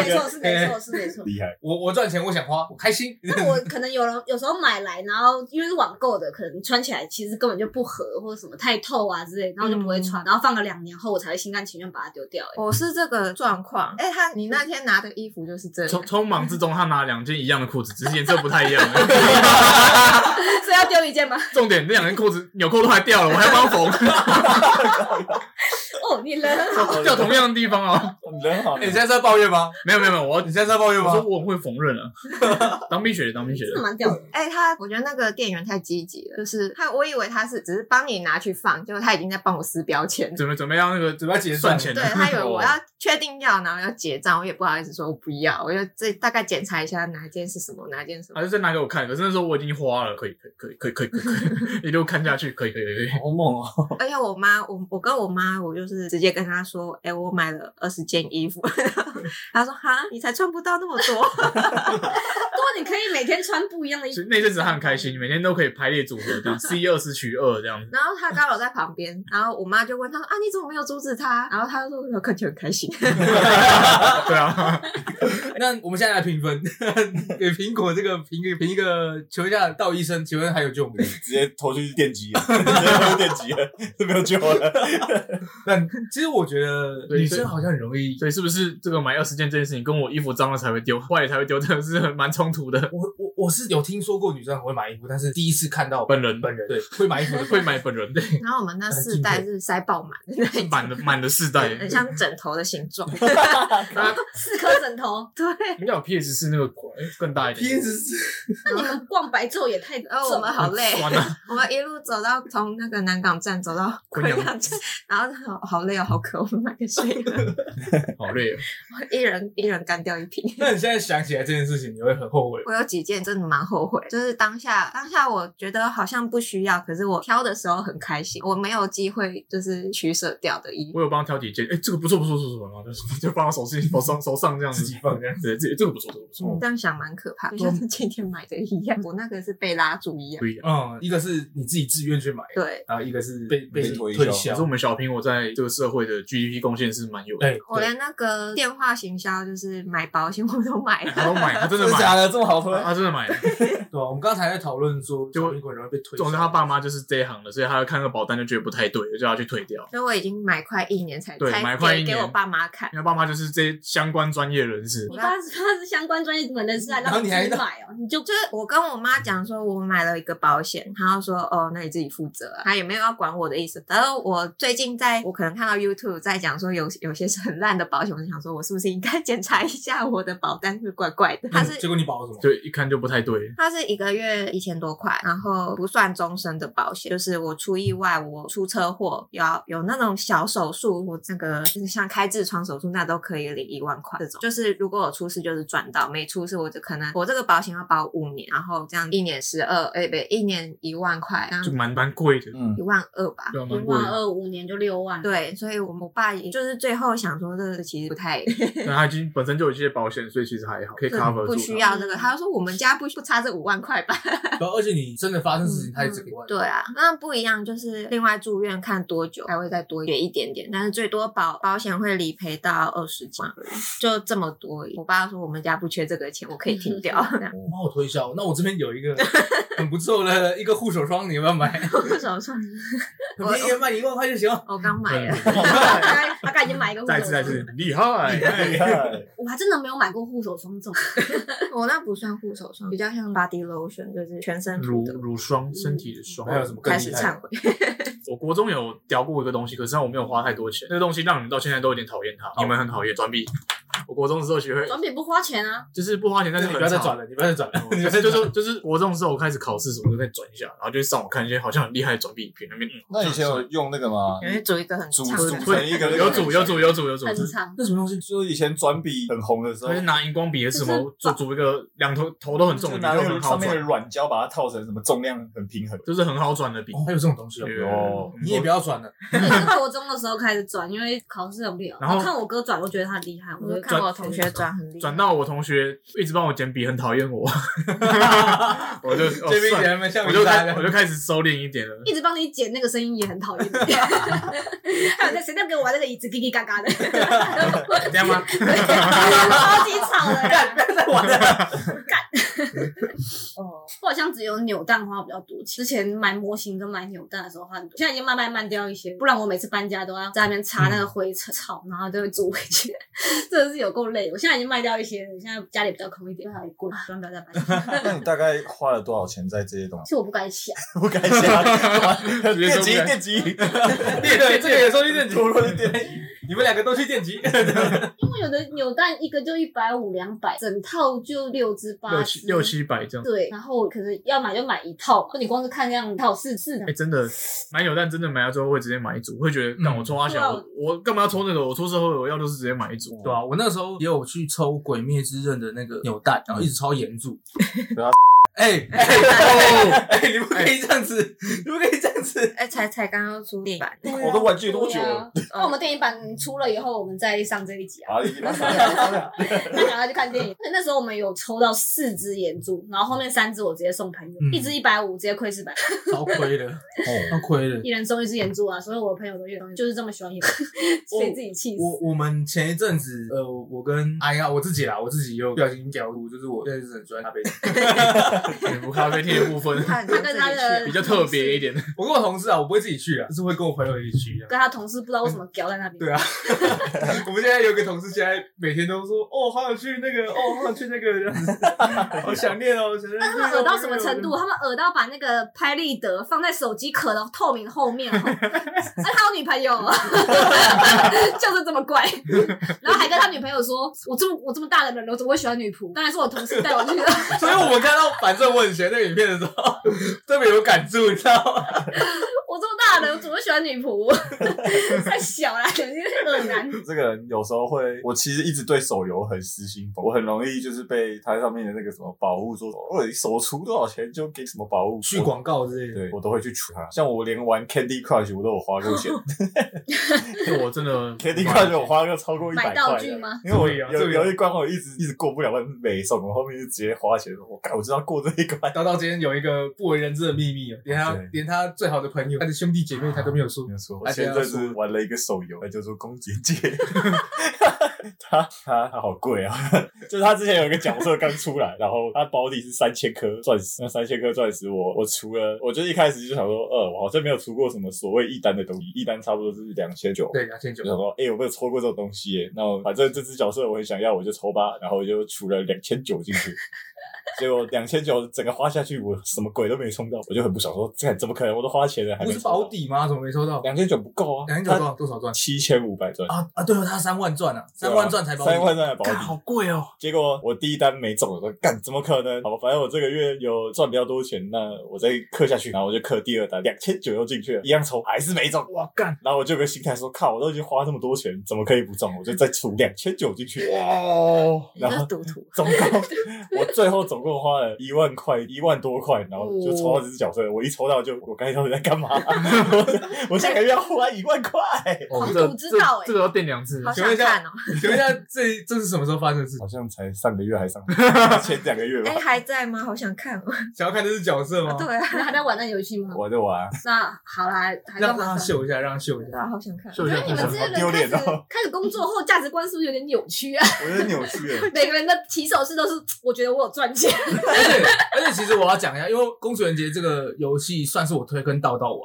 [SPEAKER 4] 没错，是没错，是没 错。
[SPEAKER 3] 厉害！
[SPEAKER 1] 我我赚钱，我想花，我开心。
[SPEAKER 4] 那我可能有人有时候买来，然后因为是网购的，可能穿起来其实根本就不合，或者什么太透啊之类，然后就不会穿，然后放个两年后，我才会心甘情愿把它丢掉、欸。
[SPEAKER 5] 我是这个状况。哎、他你那天拿的衣服就是这
[SPEAKER 2] 匆
[SPEAKER 5] 样，
[SPEAKER 2] 匆忙之中，他拿两件一样的裤子，只是颜色不太一样。
[SPEAKER 4] 所以要丢一件吗？
[SPEAKER 2] 重点，那两件裤子纽扣都还掉了，我还帮缝，
[SPEAKER 4] 哦，你人很好，
[SPEAKER 2] 掉同样的地方哦。
[SPEAKER 3] 人好，
[SPEAKER 1] 你现在是在抱怨吗？
[SPEAKER 2] 没有没有没有，我要
[SPEAKER 1] 你现在是在抱怨
[SPEAKER 2] 我说
[SPEAKER 1] 吗？
[SPEAKER 2] 我很会缝纫啊，当兵学的，当兵学
[SPEAKER 4] 是
[SPEAKER 2] 的。
[SPEAKER 4] 蛮屌的。
[SPEAKER 5] 哎、他我觉得那个店员太积极了，就是他，我以为他是只是帮你拿去放，结果他已经在帮我撕标签。
[SPEAKER 2] 准备准备要那个准
[SPEAKER 1] 备要结账
[SPEAKER 2] 算钱
[SPEAKER 5] 对
[SPEAKER 2] 了，
[SPEAKER 5] 他以为我要确定要，然后要结账，我也不好意思说我不要，我就这大概检查一下哪一件是什么，哪一件是什么
[SPEAKER 2] 他。就再拿给我看，可是那时候我已经花了，可以可以可以可以可以可以可以，一路看下去，可以可以可以。
[SPEAKER 3] 好猛哦！
[SPEAKER 5] 而且哎我妈，我我跟我妈，我就是直接跟她说，哎、我买了二十件衣服， 她说哈，你才穿不到那么多，
[SPEAKER 4] 不过你可以每天穿不一样的衣
[SPEAKER 2] 所
[SPEAKER 4] 服
[SPEAKER 2] 以。那阵子他很开心，每天都可以排列组合这样，C 二四取二这样 子。
[SPEAKER 5] 然后她刚好在旁边，然后我妈就问她说啊，你怎么没有阻止她？然后她就说我看起来很开心，
[SPEAKER 2] 对啊，
[SPEAKER 1] 那我们现在来评分， 给苹果这个评评一个，请问一下道医生，请问还有救吗？
[SPEAKER 3] 直接投去电击了，直接投电击了，这没有救了。
[SPEAKER 1] 但其实我觉得
[SPEAKER 2] 对
[SPEAKER 1] 女生好像很容易。
[SPEAKER 2] 所以是不是这个买二十件这件事情，跟我衣服脏了才会丢，坏了才会丢，真的是很蛮冲突的。
[SPEAKER 1] 我我我是有听说过女生很会买衣服，但是第一次看到
[SPEAKER 2] 本人
[SPEAKER 1] 本人对会买衣 服的
[SPEAKER 2] 会买本人对，
[SPEAKER 5] 然后我们那四袋是塞爆满 的那一种，
[SPEAKER 2] 满的满的四代。欸啊
[SPEAKER 5] 很像枕头的形状，
[SPEAKER 4] 四颗枕头，
[SPEAKER 5] 对。
[SPEAKER 2] 你有 PS 是那个哎更大一点
[SPEAKER 1] P S
[SPEAKER 4] 那你们逛白昼也太重
[SPEAKER 5] 然后我们好累，
[SPEAKER 2] 酸啊，
[SPEAKER 5] 我们一路走到从那个南港站走到
[SPEAKER 2] 昆阳
[SPEAKER 5] 站，然后好好累哦，好渴，我们买个水喝，
[SPEAKER 2] 好累哦。
[SPEAKER 5] 一人一人干掉一瓶。
[SPEAKER 1] 那你现在想起来这件事情，你会很后悔。
[SPEAKER 5] 我有几件真的蛮后悔，就是当下当下我觉得好像不需要，可是我挑的时候很开心，我没有机会就是取舍掉的衣服。
[SPEAKER 2] 我有帮他挑几件，哎，这个不错不错不错不错，然后就是就放到手心手上手上这样子
[SPEAKER 1] 自己放这样
[SPEAKER 2] 对，这个这个不错这个不错，
[SPEAKER 5] 这样想蛮可怕，就像是今天买的一样，我那个是被拉住一样
[SPEAKER 2] 不。一样。
[SPEAKER 1] 嗯，一个是你自己自愿去买，
[SPEAKER 5] 对，
[SPEAKER 1] 然后一个是被被
[SPEAKER 3] 被推销
[SPEAKER 1] 推
[SPEAKER 2] 可
[SPEAKER 1] 销
[SPEAKER 2] 是我。们小平，我在这个社会的 GDP 贡献是蛮有的。
[SPEAKER 1] 对，
[SPEAKER 5] 我
[SPEAKER 1] 对
[SPEAKER 5] 连那个电话行销就是买保险我都买
[SPEAKER 2] 他
[SPEAKER 5] 了，
[SPEAKER 2] 都买，他真的
[SPEAKER 3] 真的
[SPEAKER 2] 买
[SPEAKER 3] 假，的？这么好推？
[SPEAKER 2] 他真的买了。
[SPEAKER 1] 对啊，我们刚才在讨论说，
[SPEAKER 2] 就
[SPEAKER 1] 就一个人会被推销。
[SPEAKER 2] 总之他爸妈就是这一行的，所以他看个保单就觉得不太对，就叫他去退掉。
[SPEAKER 5] 所以我已经买快一年才
[SPEAKER 2] 对
[SPEAKER 5] 才
[SPEAKER 2] 买快
[SPEAKER 5] 给
[SPEAKER 2] 一
[SPEAKER 5] 给
[SPEAKER 2] 年
[SPEAKER 5] 我爸妈看。
[SPEAKER 2] 因为爸妈就是这些相关专业人士
[SPEAKER 4] 你，爸是他是相关专业人士来
[SPEAKER 1] 然后
[SPEAKER 4] 让
[SPEAKER 1] 你
[SPEAKER 4] 你
[SPEAKER 1] 还
[SPEAKER 4] 自己买哦，你就
[SPEAKER 5] 就是我跟我妈讲说，我买了一个保险，她就说哦，那你自己负责、啊，她也没有要管我的意思。然后我最近在我可能看到 YouTube 在讲说有有些是很烂的保险，我就想说我是不是应该 检查一下我的保单是怪怪的？它
[SPEAKER 1] 嗯结
[SPEAKER 5] 是
[SPEAKER 1] 果你保了什么？
[SPEAKER 2] 就一看就不太对。
[SPEAKER 5] 它是一个月一千多块，然后不算终身的保险，就是我出意外，我出车祸，有有那种小手术，我这个就是像开痔疮手术那都可以领一万块这种。就是如果我出事就是赚到，没出事我就可能我这个保险要保五年，然后这样一年十二，哎不对，一年一万块，这样
[SPEAKER 2] 就蛮蛮贵的，
[SPEAKER 3] 嗯
[SPEAKER 5] 一，万二吧。
[SPEAKER 2] 对啊，蛮
[SPEAKER 4] 一
[SPEAKER 2] 贵
[SPEAKER 4] 万
[SPEAKER 2] 的。
[SPEAKER 4] 二五年就六万，
[SPEAKER 5] 对，所以我我爸也就是最后想说，这个其实不太
[SPEAKER 2] 对，他已经本身就有一些保险，所以其实还好，可以 cover 住。
[SPEAKER 5] 不需。要这个。他说我们家不不差这五万块吧，
[SPEAKER 1] 然后而且你真的发生事情，
[SPEAKER 5] 嗯
[SPEAKER 1] 他也整个万。
[SPEAKER 5] 对啊，那不一样，就是另外住院看多久还会再多给一点点，但是最多保保险会理赔到二十万而已，就这么 多而已。我爸说我们家不缺这个钱，我可以停掉。这样
[SPEAKER 1] 蛮好推销。那我这边有一个很不错的一个护手霜，你要不要买？
[SPEAKER 5] 护手 霜，
[SPEAKER 1] 很便宜，卖你一万块就行。
[SPEAKER 5] 我刚买了。
[SPEAKER 4] 大概大概已经买一个护
[SPEAKER 2] 哦再
[SPEAKER 4] 手
[SPEAKER 2] 一次，再一
[SPEAKER 4] 霜，
[SPEAKER 2] 次，厉害！
[SPEAKER 4] 我还真的没有买过护手霜这种。
[SPEAKER 5] 我那不算护手霜，比较像 body lotion，就是全身
[SPEAKER 2] 乳
[SPEAKER 5] 涂的。
[SPEAKER 2] 乳霜，身体的霜，
[SPEAKER 1] 还有什么更
[SPEAKER 5] 开
[SPEAKER 1] 厉
[SPEAKER 5] 始
[SPEAKER 1] 害的？
[SPEAKER 5] 忏悔，
[SPEAKER 2] 我国中有聊过一个东西，可是我没有花太多钱。那个东西让你们到现在都有点讨厌它，你们很讨厌转笔。我国中的时候学会，
[SPEAKER 4] 转笔不花钱啊，
[SPEAKER 2] 就是不花钱，但
[SPEAKER 1] 但
[SPEAKER 2] 是
[SPEAKER 1] 是你不要再转
[SPEAKER 2] 了。
[SPEAKER 1] 了，你不要再转了，你不
[SPEAKER 2] 就
[SPEAKER 1] 要再
[SPEAKER 2] 是就
[SPEAKER 1] 转了
[SPEAKER 2] 是就是国中的时候，我开始考试什么都在转一下，然后就上网看一些好像很厉害的转笔影片，那边嗯
[SPEAKER 3] 那以前有用那个吗？
[SPEAKER 4] 哎
[SPEAKER 5] 因为煮一个很
[SPEAKER 3] 组
[SPEAKER 5] 长
[SPEAKER 3] 组
[SPEAKER 5] 的，
[SPEAKER 3] 成一个那个
[SPEAKER 2] 有组有组有组有组，
[SPEAKER 4] 很长。
[SPEAKER 1] 那什么东西？
[SPEAKER 3] 就是以前转笔很红的时候
[SPEAKER 2] 他就，拿荧光笔还是什么
[SPEAKER 4] 就是
[SPEAKER 2] 做组一个两头头都很重的
[SPEAKER 3] 就
[SPEAKER 2] 笔，
[SPEAKER 3] 拿
[SPEAKER 2] 就
[SPEAKER 3] 那
[SPEAKER 2] 很
[SPEAKER 3] 个
[SPEAKER 2] 好
[SPEAKER 3] 上面的
[SPEAKER 2] 转，
[SPEAKER 3] 软胶把它套成什么重量很平衡。
[SPEAKER 2] 就是很好转的笔。
[SPEAKER 1] 哦，还有这种东西哦。
[SPEAKER 2] 对
[SPEAKER 3] 哦
[SPEAKER 1] 你也不要转了，
[SPEAKER 4] 我 是国中的时候开始转，因为考试很无聊。
[SPEAKER 2] 然后
[SPEAKER 4] 我看我哥转，我觉得他很厉害，我
[SPEAKER 5] 我
[SPEAKER 4] 就
[SPEAKER 5] 就看我同学嗯转很厉害，
[SPEAKER 2] 转到我同学一直帮我捡笔，很讨厌我，我就哦
[SPEAKER 1] 这边
[SPEAKER 2] 算了
[SPEAKER 1] 姐妹像
[SPEAKER 2] 我就
[SPEAKER 1] 来
[SPEAKER 2] 开我
[SPEAKER 1] 了。
[SPEAKER 2] 就开始收敛一点了。
[SPEAKER 4] 一直帮你剪那个声音也很讨 厌。还有在谁在给我玩那个椅子叽叽嘎嘎的，
[SPEAKER 2] 这样吗？
[SPEAKER 4] 超级吵 的啦。
[SPEAKER 1] 完了，
[SPEAKER 5] 哦，
[SPEAKER 4] 我好像只有扭蛋花比较多钱，之前买模型跟买扭蛋的时候花很多，现在已经慢慢慢掉一些。不然我每次搬家都要在那边擦那个灰尘，草，然后就会煮回去， 真的是有够累。我现在已经卖掉一些了，现在家里比较空一点，还有一棍，希望不要再 搬家。
[SPEAKER 3] 那你大概花了多少钱在这些东西？
[SPEAKER 4] 其实我不该想，
[SPEAKER 3] 我感谢，
[SPEAKER 2] 直接
[SPEAKER 3] 电
[SPEAKER 2] 收
[SPEAKER 3] 击
[SPEAKER 2] 敛
[SPEAKER 3] 电击，
[SPEAKER 1] 电对这个也收去电极，
[SPEAKER 3] 突然电，
[SPEAKER 1] 你们两个都去电极。
[SPEAKER 4] 因为有的扭蛋一个就一百五、两百，整套就六只八
[SPEAKER 2] 六
[SPEAKER 4] 只
[SPEAKER 2] 七，六七百这样。
[SPEAKER 4] 对，然后可能要买就买一套嘛，就你光是看这样一套四次的
[SPEAKER 2] 哎、，真的买扭蛋，真的买了之后会直接买一组，会觉得，干、
[SPEAKER 1] 嗯
[SPEAKER 2] 我抽阿小，
[SPEAKER 4] 对啊
[SPEAKER 2] 我我干嘛要抽那个？我出社会，我要就是直接买一组。
[SPEAKER 1] 对啊，我那时候也有去抽《鬼灭之刃》的那个扭蛋，然后一直抽岩 柱。
[SPEAKER 3] 不要
[SPEAKER 1] 哎 哎哦哎，你不可以这样子，你不可以这样子。
[SPEAKER 5] 哎，才才刚刚出地板，
[SPEAKER 3] 我都玩具多久
[SPEAKER 4] 对
[SPEAKER 3] 了？
[SPEAKER 4] 啊那我们电影版出了以后，我们再上这一 集啊。
[SPEAKER 3] 啊，一般商量商量
[SPEAKER 4] 那赶快去看电影。那那时候我们有抽到四只眼珠，然后后面三只我直接送朋友，
[SPEAKER 1] 嗯
[SPEAKER 4] 一只一百五，直接亏四百，
[SPEAKER 1] 超亏的，超亏的。
[SPEAKER 4] 一人送一只眼珠啊！所以我的朋友都越就是这么喜欢眼珠，所以自己气死。
[SPEAKER 1] 我我们前一阵子，呃，我跟哎呀，我自己啦，我自己有不小心掉入，就是我现在就是很喜欢咖啡。
[SPEAKER 2] 蝙蝠咖啡厅的部分
[SPEAKER 5] 他
[SPEAKER 4] 他跟他的
[SPEAKER 2] 比较特别一点，
[SPEAKER 1] 我跟我同事啊，我不会自己去啊，就是会跟我朋友一起去啊。
[SPEAKER 4] 跟他同事不知道为什么屌在那边。
[SPEAKER 1] 对啊，我们现在有一个同事，现在每天都说，哦，好想去那个，哦，好想去那个，这样 子好想念哦，想念。
[SPEAKER 4] 哎但他们耳到什么程度？他们耳到把那个拍立得放在手机壳的透明后面哦，那他有女朋友哦， 就是这么怪。然后还跟他女朋友说：“我这么我这么大的人了，我怎么会喜欢女仆？当然是我同事带我去的。”
[SPEAKER 1] 所以我们看到反正我很闲那个影片的时候，特别有感触，你知道吗？
[SPEAKER 4] 我这么大了，我怎么会喜欢女仆？ 太小啦，肯定是恶男。
[SPEAKER 3] 这个人有时候会，我其实一直对手游很失心疯，我很容易就是被它上面的那个什么保护说，哦，你手出多少钱就给什么保护，
[SPEAKER 1] 去广告之类的。
[SPEAKER 3] 对我都会去除它。像我连玩 Candy Crush 我都有花 过钱
[SPEAKER 2] 这我真的
[SPEAKER 3] ，Candy Crush 我花过超过一
[SPEAKER 4] 买
[SPEAKER 3] 百
[SPEAKER 4] 道
[SPEAKER 3] 块
[SPEAKER 4] 具
[SPEAKER 3] 的。
[SPEAKER 4] 吗？
[SPEAKER 3] 因为我
[SPEAKER 1] 对啊
[SPEAKER 3] 有
[SPEAKER 1] 对啊
[SPEAKER 3] 有一关我一直一直过不了关，没送，我后面就直接花钱，我干，我知道过这一关。
[SPEAKER 1] 叨叨今天有一个不为人知的秘密哦，连他
[SPEAKER 3] 对
[SPEAKER 1] 连他最好的朋友，他的兄弟姐妹他都没有说
[SPEAKER 3] 没。有错，我
[SPEAKER 1] 而且
[SPEAKER 3] 前
[SPEAKER 1] 要
[SPEAKER 3] 阵子
[SPEAKER 1] 说
[SPEAKER 3] 玩了一个手游，那叫做《公姐 姐》它，它它好贵啊！就是它之前有一个角色刚出来，然后它保底是三千颗钻石，那三千颗钻石我我除了，我就一开始就想说，呃，我好像没有出过什么所谓一单的东西，一单差不多是两千九。
[SPEAKER 1] 对，两千九
[SPEAKER 3] 就。想说，哎、我没有抽过这种东西耶，那我反正这只角色我很想要，我就抽吧，然后我就除了两千九进去， 结果两千九整个花下去，我什么鬼都没冲到，我就很不爽，说这怎么可能？我都花钱了，还
[SPEAKER 1] 不
[SPEAKER 3] 没
[SPEAKER 1] 是
[SPEAKER 3] 抽到
[SPEAKER 1] 保底吗？怎么没抽到？
[SPEAKER 3] 两千九不够啊，
[SPEAKER 1] 两千九多少多少赚？
[SPEAKER 3] 七千五百赚，
[SPEAKER 1] 啊啊！对哦，他三万赚啊，三万赚才保底。
[SPEAKER 3] 三万赚才保
[SPEAKER 2] 干
[SPEAKER 3] 底。
[SPEAKER 2] 好贵哦，
[SPEAKER 3] 结果我第一单没中，我说干怎么可能？好，反正我这个月有赚比较多钱，那我再氪下去，然后我就氪第二单，两千九又进去了，一样抽，还是没中。
[SPEAKER 2] 哇干，
[SPEAKER 3] 然后我就有个心态说，靠，我都已经花这么多钱，怎么可以不中？我就再出两千九进去，
[SPEAKER 1] 哦
[SPEAKER 3] 哇！
[SPEAKER 5] 你
[SPEAKER 3] 然
[SPEAKER 5] 是
[SPEAKER 3] 后
[SPEAKER 5] 赌徒，
[SPEAKER 3] 总 共我最后总共花了一万块，一万多块，然后就抽到这只角色。我一抽到就，我刚才到底在 干嘛？我我下个月要花一万块。
[SPEAKER 2] 哦
[SPEAKER 4] 狂
[SPEAKER 2] 这
[SPEAKER 4] 赌之
[SPEAKER 2] 这
[SPEAKER 4] 道哎
[SPEAKER 2] 这个要垫两次
[SPEAKER 5] 好，
[SPEAKER 1] 请
[SPEAKER 5] 想
[SPEAKER 1] 问一下
[SPEAKER 5] 看哦。
[SPEAKER 1] 请问一下，这这是什么时候发生的事？
[SPEAKER 3] 好像才上个月还上前两个月吧
[SPEAKER 5] 哎，，还在吗？好想看哦。
[SPEAKER 1] 想要看这只角色
[SPEAKER 2] 哦
[SPEAKER 1] 吗？
[SPEAKER 5] 对啊，
[SPEAKER 4] 你还在玩那游戏吗？
[SPEAKER 3] 我在玩，
[SPEAKER 4] 那好啦，还在
[SPEAKER 1] 让
[SPEAKER 4] 玩
[SPEAKER 1] 让他
[SPEAKER 4] 吧。
[SPEAKER 1] 秀一下，让他秀一
[SPEAKER 5] 对
[SPEAKER 1] 下。
[SPEAKER 5] 啊，好想看。
[SPEAKER 2] 秀
[SPEAKER 4] 我
[SPEAKER 2] 一
[SPEAKER 4] 觉
[SPEAKER 2] 下
[SPEAKER 4] 得你们这些
[SPEAKER 3] 好丢
[SPEAKER 4] 人
[SPEAKER 3] 脸
[SPEAKER 4] 开始
[SPEAKER 3] 哦
[SPEAKER 4] 开始工作后，价值观是不是有点扭曲啊？
[SPEAKER 3] 我在扭曲了。
[SPEAKER 4] 每个人的起手式都是我觉得我有赚钱，
[SPEAKER 5] 钱。
[SPEAKER 1] 而且而且，其实我要讲一下，因为《公主人节》这个游戏算是我推跟道道玩，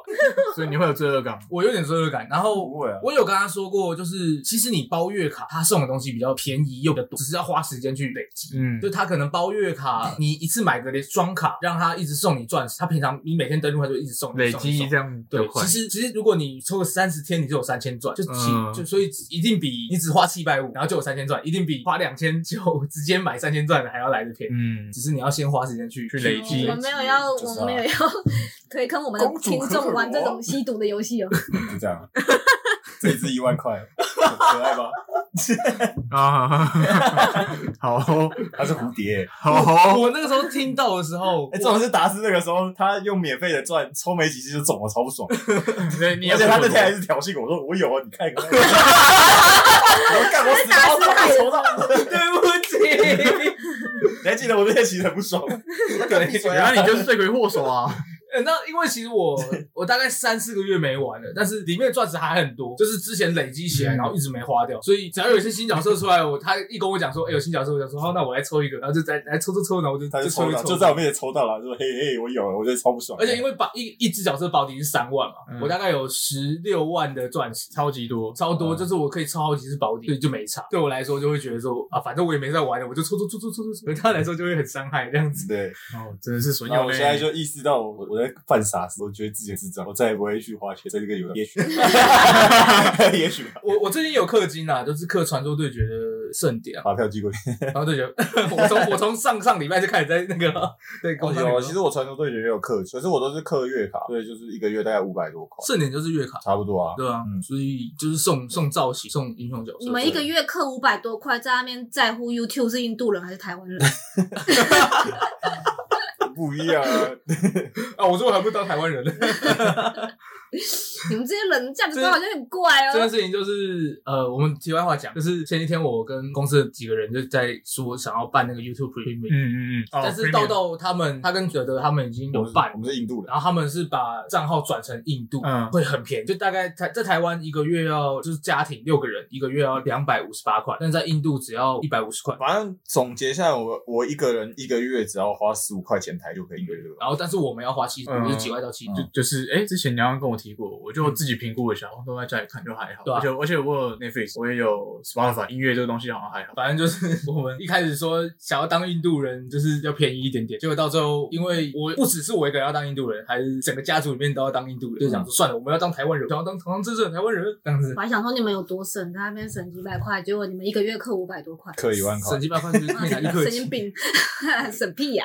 [SPEAKER 2] 所以你会有罪恶感吗？
[SPEAKER 1] 我有点罪恶感。然后
[SPEAKER 3] 不会啊
[SPEAKER 1] 我有跟他说过，就是其实你包月卡，他送的东西比较便宜又比较多，只是要花时间去累积。
[SPEAKER 2] 嗯
[SPEAKER 1] 就，他可能包月卡，你一次买个双卡，让他一直送你钻石。他平常你每天登录，他就一直送，
[SPEAKER 2] 累
[SPEAKER 1] 一直送
[SPEAKER 2] 积
[SPEAKER 1] 一直送
[SPEAKER 2] 这样比较
[SPEAKER 1] 对，
[SPEAKER 2] 快
[SPEAKER 1] 其。实其实如果你抽个三十天，你就有三千钻，就其、
[SPEAKER 2] 嗯
[SPEAKER 1] 就所以一定比你只花七百五，然后就有三千钻，一定比花两千就直接买三千钻的还要来的便宜。
[SPEAKER 2] 嗯，
[SPEAKER 1] 只是你要先花时间去
[SPEAKER 2] 去累积
[SPEAKER 4] 我们没有要，
[SPEAKER 3] 就是啊
[SPEAKER 4] 我们没有要推坑我们的
[SPEAKER 3] 公主
[SPEAKER 4] 听
[SPEAKER 3] 可可
[SPEAKER 4] 众玩这
[SPEAKER 3] 罗
[SPEAKER 4] 种吸毒的游戏哦。
[SPEAKER 3] 就这样。这一支一万块，很可爱吧？
[SPEAKER 2] 啊， 好哦
[SPEAKER 3] 它是蝴蝶。
[SPEAKER 2] 好哦，
[SPEAKER 1] 我那个时候听到的时候，
[SPEAKER 3] 哎，这种是达斯那个时候，他用免费的钻抽没几次就中，我超不爽。
[SPEAKER 2] 对，你
[SPEAKER 3] 而且他那
[SPEAKER 2] 这
[SPEAKER 3] 天还是挑衅我说：“我有啊，你看一个。”我说干我死猫都没抽到，
[SPEAKER 1] 对不起，
[SPEAKER 3] 你还记得我那天其实很不爽。
[SPEAKER 1] 对，
[SPEAKER 2] 原来你就是罪魁祸首啊！
[SPEAKER 1] 呃那因为其实 我我大概三四个月没玩了，但是里面的钻石还很多，就是之前累积起来，
[SPEAKER 2] 嗯
[SPEAKER 1] 然后一直没花掉，所以只要有一些新角色出来，我他一跟我讲说，哎、有新角色，我想说，好，那我来抽一个，然后就再来抽抽抽，然后我就
[SPEAKER 3] 他就
[SPEAKER 1] 就
[SPEAKER 3] 抽
[SPEAKER 1] 抽一
[SPEAKER 3] 到，
[SPEAKER 1] 抽，
[SPEAKER 3] 就在我面前抽到了，说：“嘿嘿，我有了。”我觉得超不爽。
[SPEAKER 1] 而且因为保一一只角色保底是三万嘛，
[SPEAKER 2] 嗯
[SPEAKER 1] 我大概有十六万的钻石，
[SPEAKER 2] 超级多，
[SPEAKER 1] 超多，
[SPEAKER 3] 嗯
[SPEAKER 1] 就是我可以抽好几次保底，所以就没差。对我来说就会觉得说啊，反正我也没在玩了，我就抽抽抽抽抽抽抽，对他来说就会很伤害这样子。
[SPEAKER 3] 对，
[SPEAKER 2] 哦，真的是损
[SPEAKER 3] 然
[SPEAKER 2] 友
[SPEAKER 3] 后我现在就意识到我我在犯傻事，我觉得自己很智障，我再也不会去花钱在这个游乐，也许， 也许吧。
[SPEAKER 1] 我我最近有氪金啦，就是氪传说对决的盛典啊，
[SPEAKER 3] 把票寄 过去。
[SPEAKER 1] 然后对决， 我从我从上上礼拜就开始在那个了对工商
[SPEAKER 3] 哦有，啊其实我传说对决也有氪，可是我都是氪月卡，对，就是一个月大概五百多块，
[SPEAKER 1] 盛典就是月卡，
[SPEAKER 3] 差不多啊。
[SPEAKER 1] 对啊，
[SPEAKER 3] 嗯
[SPEAKER 1] 所以就是送送造型、送英雄角色。
[SPEAKER 4] 你们一个月氪五百多块，在那边在乎 YouTube 是印度人还是台湾人？
[SPEAKER 3] 不一样啊，
[SPEAKER 1] 啊，我说我还不当台湾人呢。
[SPEAKER 4] 啊你们这些人价值观好像有点怪
[SPEAKER 1] 这件
[SPEAKER 4] 哦。
[SPEAKER 1] 事情就是呃，我们题外话讲，就是前几天我跟公司的几个人就在说想要办那个 YouTube Premium，、
[SPEAKER 2] 嗯嗯嗯，
[SPEAKER 1] 但是豆豆他们他跟哲德他们已经有办
[SPEAKER 3] 哦我。们是印度人，
[SPEAKER 1] 然后他们是把账号转成印度，
[SPEAKER 2] 嗯
[SPEAKER 1] 会很便宜，就大概台在台湾一个月要就是家庭六个人一个月要两百五十八块，但在印度只要一百五十块。
[SPEAKER 3] 反正总结下来，我我一个人一个月只要花十五块钱台就可以一个月了。
[SPEAKER 1] 然后但是我们要花七十
[SPEAKER 2] 嗯
[SPEAKER 1] 五十几块到七十
[SPEAKER 3] 嗯
[SPEAKER 2] 就就是哎、之前你好像跟我提过，我就自己评估一下，我都在家里看就还好。
[SPEAKER 1] 对啊
[SPEAKER 2] 而且而且我有 Netflix，我也有 Spotify，音乐这个东西好像还好。
[SPEAKER 1] 反正就是 我们一开始说想要当印度人，就是要便宜一点点，结果到最后，因为我不只是我一个人要当印度人，还是整个家族里面都要当印度人，就想说
[SPEAKER 2] 嗯
[SPEAKER 1] 算了，我们要当台湾人，想要当堂堂正正的台湾人这样子
[SPEAKER 4] 我，还想说你们有多省，在那边省几百块，结果你们一个月氪五百多块，
[SPEAKER 3] 氪一万块
[SPEAKER 1] 省，几百块啊就是可以拿去客
[SPEAKER 4] 神经
[SPEAKER 1] 气。
[SPEAKER 4] 病，省屁呀！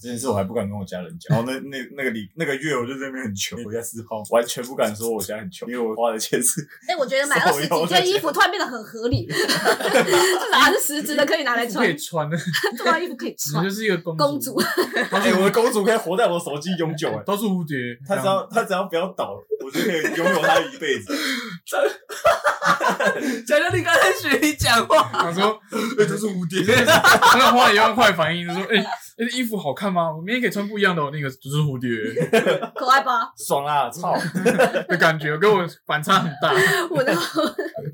[SPEAKER 3] 这件事我还不敢跟我家人讲。然后那那那个礼那个月我就在那边很穷，我家四号完全不敢说我家很穷，因为我花的钱是
[SPEAKER 4] 哎，我觉得买
[SPEAKER 3] 手
[SPEAKER 4] 二十
[SPEAKER 3] 游
[SPEAKER 4] 几
[SPEAKER 3] 在
[SPEAKER 4] 件衣服突然变得很合理，至少还是实质的可以拿来
[SPEAKER 2] 可
[SPEAKER 4] 穿
[SPEAKER 2] 以，穿的，
[SPEAKER 4] 这套衣服可以
[SPEAKER 2] 你
[SPEAKER 4] 啊穿
[SPEAKER 2] 就。是一个公
[SPEAKER 4] 公主，
[SPEAKER 3] 哎、我的公主可以活在我手机永久、哎，
[SPEAKER 2] 都是蝴蝶，
[SPEAKER 3] 她只要她只要不要倒，我就可以拥有她一辈子。
[SPEAKER 1] 讲讲你刚才学你讲话，
[SPEAKER 2] 想说，哎、都是 蝴蝶，他那花一万块反应，就说，哎、哎衣服好看吗？我明天可以穿不一样的哦，那个只是蝴蝶
[SPEAKER 4] 可爱吧？
[SPEAKER 3] 爽啦！ 操，
[SPEAKER 2] 的感觉，跟我反差很大。
[SPEAKER 4] 我的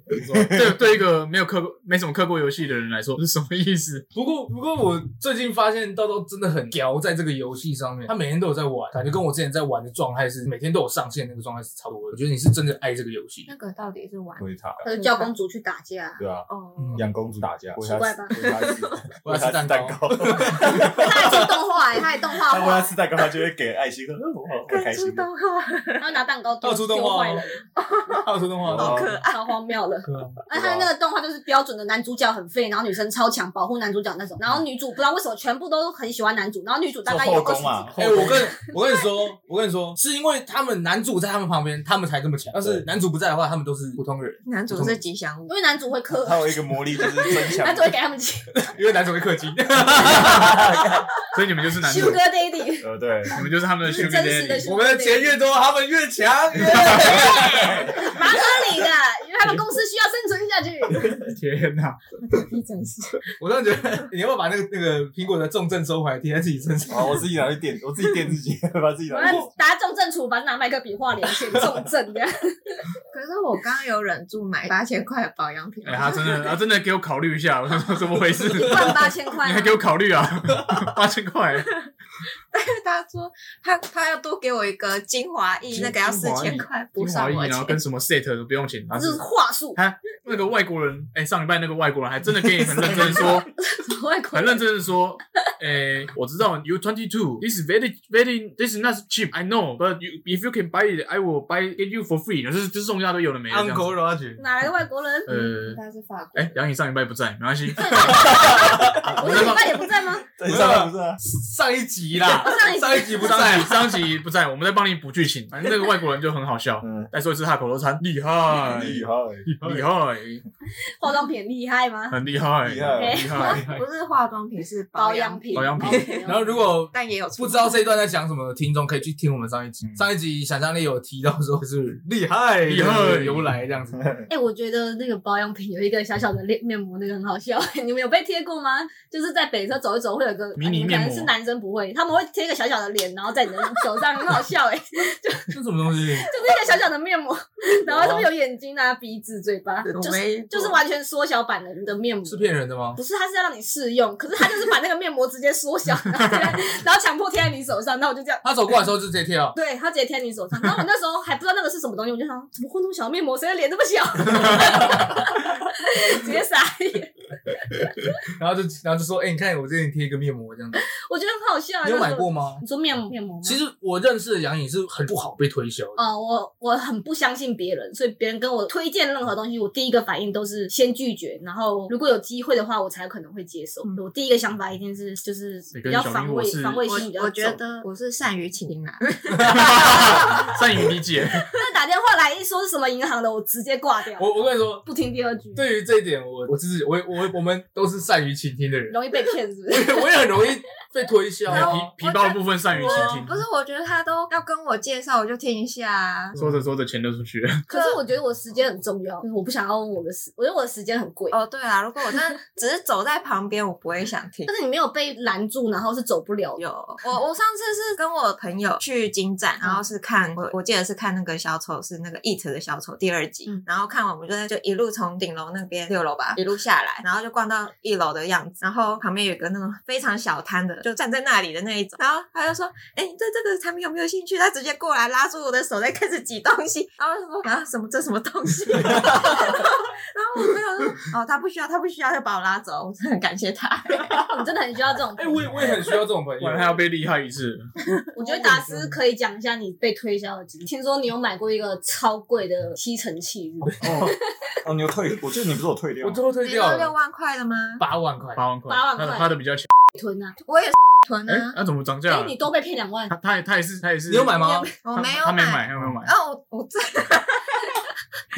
[SPEAKER 2] 对对，一个没有氪过、没什么氪过游戏的人来说，这是什么意思？
[SPEAKER 1] 不过不过我最近发现豆豆真的很屌，在这个游戏上面，他每天都有在玩，感觉跟我之前在玩的状态是每天都有上线那个状态是差不多的。我觉得你是真的爱这个游戏，
[SPEAKER 5] 那个到底是玩
[SPEAKER 3] 回她，
[SPEAKER 4] 他就叫公主去打架，
[SPEAKER 3] 对啊，
[SPEAKER 5] 哦？
[SPEAKER 1] 嗯
[SPEAKER 3] 养公主打架，喂她
[SPEAKER 4] 怪吧
[SPEAKER 3] 吃 喂她吃
[SPEAKER 1] 我要吃
[SPEAKER 3] 喂她
[SPEAKER 1] 蛋
[SPEAKER 3] 吃
[SPEAKER 1] 糕
[SPEAKER 3] 蛋。
[SPEAKER 4] 他还做动画欸，他还动画
[SPEAKER 3] 她喂她
[SPEAKER 4] 画，
[SPEAKER 3] 吃蛋糕，她就会给爱心，嗯我好我开心的。
[SPEAKER 4] 他拿蛋糕
[SPEAKER 1] 到
[SPEAKER 4] 丢
[SPEAKER 1] 处动
[SPEAKER 4] 丢
[SPEAKER 1] 画
[SPEAKER 4] 坏
[SPEAKER 1] 哦
[SPEAKER 4] 了，，
[SPEAKER 1] 到处动画哦，
[SPEAKER 3] 好
[SPEAKER 5] 可
[SPEAKER 4] 超荒谬了。
[SPEAKER 1] 对啊
[SPEAKER 4] 啊，他那个动画就是标准的男主角很废，然后女生超强保护男主角那种，然后女主不知道为什么全部都很喜欢男主，然后女主大概有
[SPEAKER 3] 后
[SPEAKER 4] 二十
[SPEAKER 3] 宫啊嘛
[SPEAKER 4] 几，
[SPEAKER 1] 哎、我 跟我跟你说，我跟你说，是因为他们男主在他们旁边，他们才这么强。要是
[SPEAKER 3] 对
[SPEAKER 1] 男主不在的话，他们都是普通 人，
[SPEAKER 5] 男主是吉祥物
[SPEAKER 4] 因，为男主会克，
[SPEAKER 3] 她有一个魔力就是增
[SPEAKER 4] 呃
[SPEAKER 3] 强
[SPEAKER 4] 男主会给他们钱
[SPEAKER 1] 因为男主会氪金。
[SPEAKER 2] 所以你们就是男主，
[SPEAKER 4] Sugar Daddy，
[SPEAKER 3] 呃，对，
[SPEAKER 2] 你们就是他们的 s
[SPEAKER 4] 是
[SPEAKER 2] u
[SPEAKER 4] 真实的
[SPEAKER 2] g
[SPEAKER 4] Sugar
[SPEAKER 1] 我们的钱越
[SPEAKER 4] Daddy，
[SPEAKER 1] 多，他们越强。
[SPEAKER 4] 蛮合理的，因为他们公司需要生存下 去。
[SPEAKER 2] 天哪！
[SPEAKER 5] 一整是
[SPEAKER 1] 我真的觉得你要不要把那个那个苹果的重症收回来，贴在自己身上？
[SPEAKER 3] 啊，我自己拿去垫，我自己垫自己，把自己
[SPEAKER 4] 我
[SPEAKER 3] 拿去
[SPEAKER 4] 们。打重症处罚拿麦克笔画脸写重症的，
[SPEAKER 5] 可可是我刚有忍住买八千块的保养品，
[SPEAKER 2] 哎、他真的，他真的给我考虑一下，我说怎么回 事？
[SPEAKER 4] 不然
[SPEAKER 2] 你
[SPEAKER 4] 八千块啊，
[SPEAKER 2] 还给我考虑啊？ 八千块，
[SPEAKER 5] 他说他他要多给我一个精华液，
[SPEAKER 2] 精
[SPEAKER 5] 那个要四
[SPEAKER 2] 精华液
[SPEAKER 5] 千块补
[SPEAKER 2] 精
[SPEAKER 5] 上
[SPEAKER 2] 华液，
[SPEAKER 5] 我
[SPEAKER 2] 然后跟
[SPEAKER 5] 钱。
[SPEAKER 2] 什么 set 都不用钱，他
[SPEAKER 4] 这
[SPEAKER 2] 是
[SPEAKER 4] 是话术，
[SPEAKER 2] 他那个外国人，哎、上礼拜那个外国人还真的跟你很认真地说，
[SPEAKER 4] 外国
[SPEAKER 2] 很
[SPEAKER 4] 人
[SPEAKER 2] 认真的说，哎、我知道 you twenty two, this is very very this is not cheap, I know, but you if you can buy it, I will buy get you for free，就是就是送一大堆有的没的这样
[SPEAKER 6] Uncle
[SPEAKER 2] 子。
[SPEAKER 6] Roger，
[SPEAKER 4] 哪来的外国人？
[SPEAKER 2] 呃，
[SPEAKER 5] 他是法国
[SPEAKER 2] 哎、杨颖上礼拜不在，没 关系，
[SPEAKER 4] 我这礼拜也不在吗？
[SPEAKER 3] 在上班不是啊？
[SPEAKER 6] 上一集啦，
[SPEAKER 4] 上一集
[SPEAKER 6] 上一集不
[SPEAKER 2] 上
[SPEAKER 6] 在啊
[SPEAKER 2] 集，上集不在，我们再帮你补剧情。反正那个外国人就很好笑，
[SPEAKER 3] 嗯，
[SPEAKER 2] 再说一次他口头禅，厉害，
[SPEAKER 3] 啊厉害，
[SPEAKER 2] 厉害，
[SPEAKER 4] 化妆品厉害吗？
[SPEAKER 2] 很厉害，
[SPEAKER 3] 厉
[SPEAKER 4] 哎
[SPEAKER 3] 害
[SPEAKER 2] 厉害。
[SPEAKER 5] 不是化妆品，是
[SPEAKER 4] 保
[SPEAKER 5] 养
[SPEAKER 4] 养，品，
[SPEAKER 2] 保养品
[SPEAKER 4] 保养品
[SPEAKER 6] 然后如果
[SPEAKER 5] 但也有
[SPEAKER 6] 不知道这一段在讲什么的听众，可以去听我们上一集。上一集想象力有提到说，就是嗯厉害
[SPEAKER 2] 厉害
[SPEAKER 6] 由来这样 子。
[SPEAKER 4] 哎、我觉得那个保养品有一个小小的面面膜，那个很好笑。 你们有被贴过吗？就是在北车走一走，会有一个
[SPEAKER 2] 迷你
[SPEAKER 4] 啊
[SPEAKER 2] 面膜
[SPEAKER 4] 可能是男生不会，他们会贴一个小小的脸，然后在你的手上，很好笑哎、就是
[SPEAKER 6] 那什么东西？
[SPEAKER 4] 一个小小的面膜，然后上面有眼睛啊、鼻子、嘴巴，
[SPEAKER 5] 我
[SPEAKER 4] 就是
[SPEAKER 5] 没
[SPEAKER 4] 就是完全缩小版的的面膜。
[SPEAKER 6] 是骗人的吗？
[SPEAKER 4] 不是，他是要让你试用，可是他就是把那个面膜直接 缩小，然后贴在然后强迫贴在你手上，然后我就这样。
[SPEAKER 6] 他走过来的时候就直接跳，
[SPEAKER 4] 对他直接贴你手上，然后我那时候还不知道那个是什么东西，我就想怎么会那么小的面膜，谁的脸这么小， 直接傻眼，
[SPEAKER 6] 然后就然后就说，哎，你看我这里贴一个面膜这样子，
[SPEAKER 4] 我觉得很好笑啊。
[SPEAKER 6] 你有
[SPEAKER 4] 那时
[SPEAKER 6] 买
[SPEAKER 4] 候
[SPEAKER 6] 过？吗？
[SPEAKER 4] 你说面膜面膜吗？
[SPEAKER 6] 其实我认识的杨颖是很不好被推销的，
[SPEAKER 4] 哦，我我很不相信别人，所以别人跟我推荐任何东西，我第一个反应都是先拒绝，然后如果有机会的话，我才可能会接受。
[SPEAKER 5] 嗯
[SPEAKER 4] 我第一个想法一定是就是
[SPEAKER 2] 你
[SPEAKER 4] 比
[SPEAKER 2] 跟
[SPEAKER 4] 较
[SPEAKER 2] 小明
[SPEAKER 4] 防
[SPEAKER 2] 我
[SPEAKER 4] 卫
[SPEAKER 2] 是
[SPEAKER 4] 防卫心比较
[SPEAKER 5] 我我觉
[SPEAKER 4] 重
[SPEAKER 5] 得我是善于倾囊，
[SPEAKER 2] 善于 理解，
[SPEAKER 4] 那打电话来一说是什么银行的，我直接挂掉，
[SPEAKER 6] 我我跟你说，
[SPEAKER 4] 不听第二句，
[SPEAKER 6] 对于这一点，我我自己我我我们都是善于倾听的 人，
[SPEAKER 4] 容易被骗是不
[SPEAKER 6] 我
[SPEAKER 4] 是？
[SPEAKER 6] 也我也很容易被推销
[SPEAKER 5] 然后
[SPEAKER 6] 啊。
[SPEAKER 2] 皮皮包的部分善于倾
[SPEAKER 5] 不
[SPEAKER 2] 听。
[SPEAKER 5] 是，我觉得他都要跟我介绍，我就听一下啊。
[SPEAKER 2] 说着说着钱就出去了，
[SPEAKER 4] 可是我觉得我时间很重要，就是我不想要我的时，我觉得我的时间很贵。
[SPEAKER 5] 哦，对啊，如果我真的只是走在旁边，我不会想听
[SPEAKER 4] 但。是你没有被拦住，然后是走不了的。
[SPEAKER 5] 有我，我上次是跟我朋友去金展，然后是看我我记得是看那个小丑是那个 It 的小丑第二集，
[SPEAKER 4] 嗯
[SPEAKER 5] 然后看完我们就在就一路从顶楼那边六楼吧一路下来，然后就逛到一楼的样子，然后旁边有一个那种非常小摊的，就站在那里的那一种，然后他就说：“哎、你对这个产品有没有兴趣？”他直接过来拉住我的手，在开始挤东西，然后我就说：“啊，什么这什么东西？” 然后我朋友说：“哦，他不需要，他不需要，就把我拉走。”我真的很感谢他。
[SPEAKER 4] 你真的很需要这种。
[SPEAKER 6] 哎，我也我也很需要这种朋
[SPEAKER 2] 不
[SPEAKER 6] 友
[SPEAKER 2] 然。他要被厉害一次。
[SPEAKER 4] 我觉得达斯可以讲一下你被推销的经历。听说你有买过一个超贵的吸尘器，是不是
[SPEAKER 3] 哦，哦，你有退，我记得你不是有退掉
[SPEAKER 6] 我
[SPEAKER 3] 吗？
[SPEAKER 6] 最后退
[SPEAKER 5] 你说
[SPEAKER 6] 掉
[SPEAKER 5] 六
[SPEAKER 6] 了
[SPEAKER 5] 万块的吗？
[SPEAKER 6] 八万块，
[SPEAKER 2] 八万块，
[SPEAKER 4] 八万
[SPEAKER 2] 他的
[SPEAKER 4] 块
[SPEAKER 2] 他的比较强。
[SPEAKER 4] 吞啊？
[SPEAKER 5] 我也是囤
[SPEAKER 2] 哎
[SPEAKER 5] 啊，，
[SPEAKER 2] 那怎么涨价
[SPEAKER 4] 哎、
[SPEAKER 2] 了？
[SPEAKER 4] 你都被骗两万
[SPEAKER 2] 他，他也他也是他也是，
[SPEAKER 6] 你有买吗？哦
[SPEAKER 5] 我
[SPEAKER 2] 他？
[SPEAKER 5] 没有
[SPEAKER 2] 他没买，。他没有买。
[SPEAKER 5] 然后我我这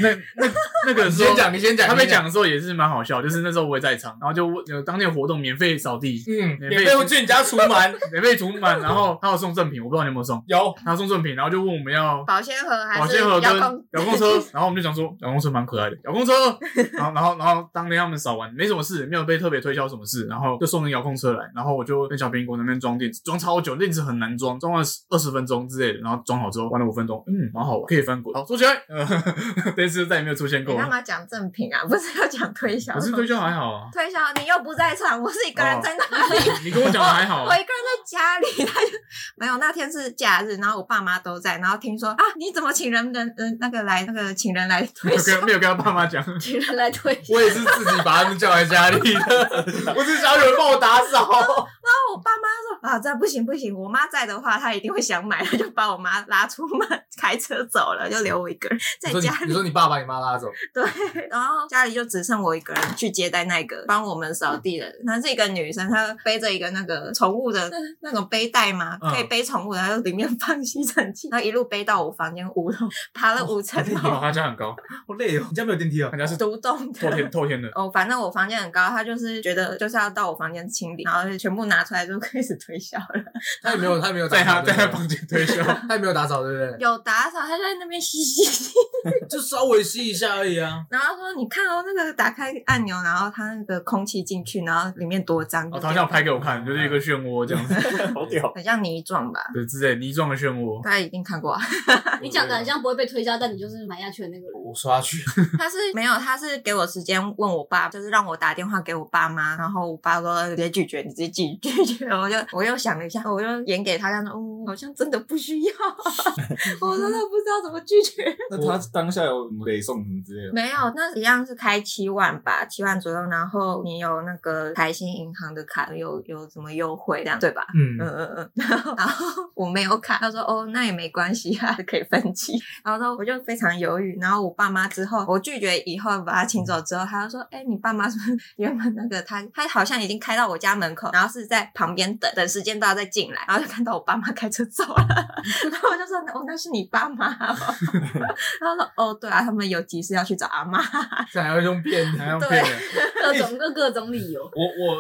[SPEAKER 2] 那那那个
[SPEAKER 6] 你
[SPEAKER 2] 时候
[SPEAKER 6] 先，讲，你先讲，
[SPEAKER 2] 他
[SPEAKER 6] 没
[SPEAKER 2] 被讲，的时候也是蛮好笑，就是那时候我也在场，然后就问呃当天活动免费扫地，
[SPEAKER 6] 嗯，
[SPEAKER 2] 免
[SPEAKER 6] 免
[SPEAKER 2] 费
[SPEAKER 6] 费去你家除螨，
[SPEAKER 2] 免费除螨，然后他有送赠品，我不知道你有没有送，
[SPEAKER 6] 有
[SPEAKER 2] 他送赠品，然后就问我们要
[SPEAKER 5] 保鲜盒还
[SPEAKER 2] 保
[SPEAKER 5] 是
[SPEAKER 2] 鲜盒跟
[SPEAKER 5] 遥控
[SPEAKER 2] 遥 控车，然后我们就想说遥控车蛮可爱的，遥控车，然后然后然后当天他们扫完没什么事，没有被特别推销什么事，然后就送了遥控车来，然后我就跟小苹果那边装电池，装超久，电池很难装，装了二十分钟之类的，然后装好之后玩了五分钟，嗯，蛮好玩，可以翻滚，好收起来， 呃、这次就再也没有出现
[SPEAKER 5] 你
[SPEAKER 2] 过
[SPEAKER 5] 干
[SPEAKER 2] 了。
[SPEAKER 5] 嘛讲正品啊？不是要讲推销？
[SPEAKER 2] 可是推销哦还好 啊，
[SPEAKER 5] 推销，你又不在场，我是一个人在那里。
[SPEAKER 2] 你跟我讲的还好啊
[SPEAKER 5] 我一个人在家里，他就没有。那天是假日，然后我爸妈都在，然后听说啊，你怎么请人人人那个来那个请人来
[SPEAKER 2] 没
[SPEAKER 5] 推
[SPEAKER 2] 有
[SPEAKER 5] 销？
[SPEAKER 2] 跟没有跟他爸妈讲，
[SPEAKER 4] 请人来推销
[SPEAKER 6] 我。也是自己把他们叫来家里的， 我只想有人帮我打扫。
[SPEAKER 5] 然后我爸妈说啊，这不行不行，我妈在的话，她一定会想买，她就把我妈拉出门，开车走了，就留我一个人在
[SPEAKER 6] 你说你
[SPEAKER 5] 家里
[SPEAKER 6] 你。说你爸把你妈拉走，
[SPEAKER 5] 然后家里就只剩我一个人去接待那个帮我们扫地的，她是一个女生，她背着一个那个宠物的那种背带嘛，
[SPEAKER 6] 嗯
[SPEAKER 5] 可以背宠物的，然后里面放吸尘器，然后一路背到我房间五楼，爬了五层
[SPEAKER 2] 哦，
[SPEAKER 5] 楼，
[SPEAKER 2] 他家很高，
[SPEAKER 6] 好累哦，你家没有电梯啊
[SPEAKER 2] 他？家是
[SPEAKER 5] 独栋
[SPEAKER 2] 透
[SPEAKER 5] 的。
[SPEAKER 2] 天透天的，
[SPEAKER 5] 哦，反正我房间很高，她就是觉得就是要到我房间清理，然后就全部拿出来就开始推推销了，
[SPEAKER 1] 他也没有，他也没有
[SPEAKER 2] 在
[SPEAKER 1] 打
[SPEAKER 2] 他
[SPEAKER 1] 扫
[SPEAKER 2] 在
[SPEAKER 1] 对
[SPEAKER 2] 他
[SPEAKER 1] 不对
[SPEAKER 2] 房间推销，
[SPEAKER 1] 他也没有打扫，对不对？
[SPEAKER 5] 有打扫，他就在那边嘻嘻嘻，
[SPEAKER 1] 就稍微吸一下而已啊。
[SPEAKER 5] 然后说你看哦，那个打开按钮，然后它那个空气进去，然后里面多脏，
[SPEAKER 2] 哦，他好像有拍给我看，就是一个漩涡这样 子，
[SPEAKER 3] 好屌，
[SPEAKER 5] 很像泥状吧，
[SPEAKER 2] 对，之类泥状的漩涡。
[SPEAKER 5] 大家一定看过啊。
[SPEAKER 4] 你讲
[SPEAKER 1] 啊
[SPEAKER 4] 的很像不会被推销，但你就是买下去的那个 人。
[SPEAKER 1] 我刷去，
[SPEAKER 5] 他是没有，他是给我时间问我爸，就是让我打电话给我爸妈，然后我爸说直接拒绝，你直接拒拒绝，我就我又想了一下，我又演给他看，嗯，好像真的不需要，啊 我真的不知道怎么拒绝。
[SPEAKER 3] 那他当下有北送什么之类的吗？
[SPEAKER 5] 没有，那一样是开七万吧，七万左右，然后你有那个台新银行的卡，有有什么优惠这样对吧？嗯
[SPEAKER 2] 嗯，
[SPEAKER 5] 嗯嗯， 然后然后我没有卡，他说哦，那也没关系啊，可以分期。然后说我就非常犹豫，然后我爸妈之后我拒绝以后把他请走之后，他就说，哎、你爸妈是不是 原本那个他他好像已经开到我家门口，然后是在旁边等等时间到再进来，然后就看到我爸妈开车走了， 然后我就说哦，那是你爸妈、哦， 然后说哦，对啊，他们有急事要去找阿妈，
[SPEAKER 1] 这还要用骗
[SPEAKER 2] 还要
[SPEAKER 1] 的。
[SPEAKER 2] 配的，
[SPEAKER 4] 各种各各种理 由。
[SPEAKER 1] 我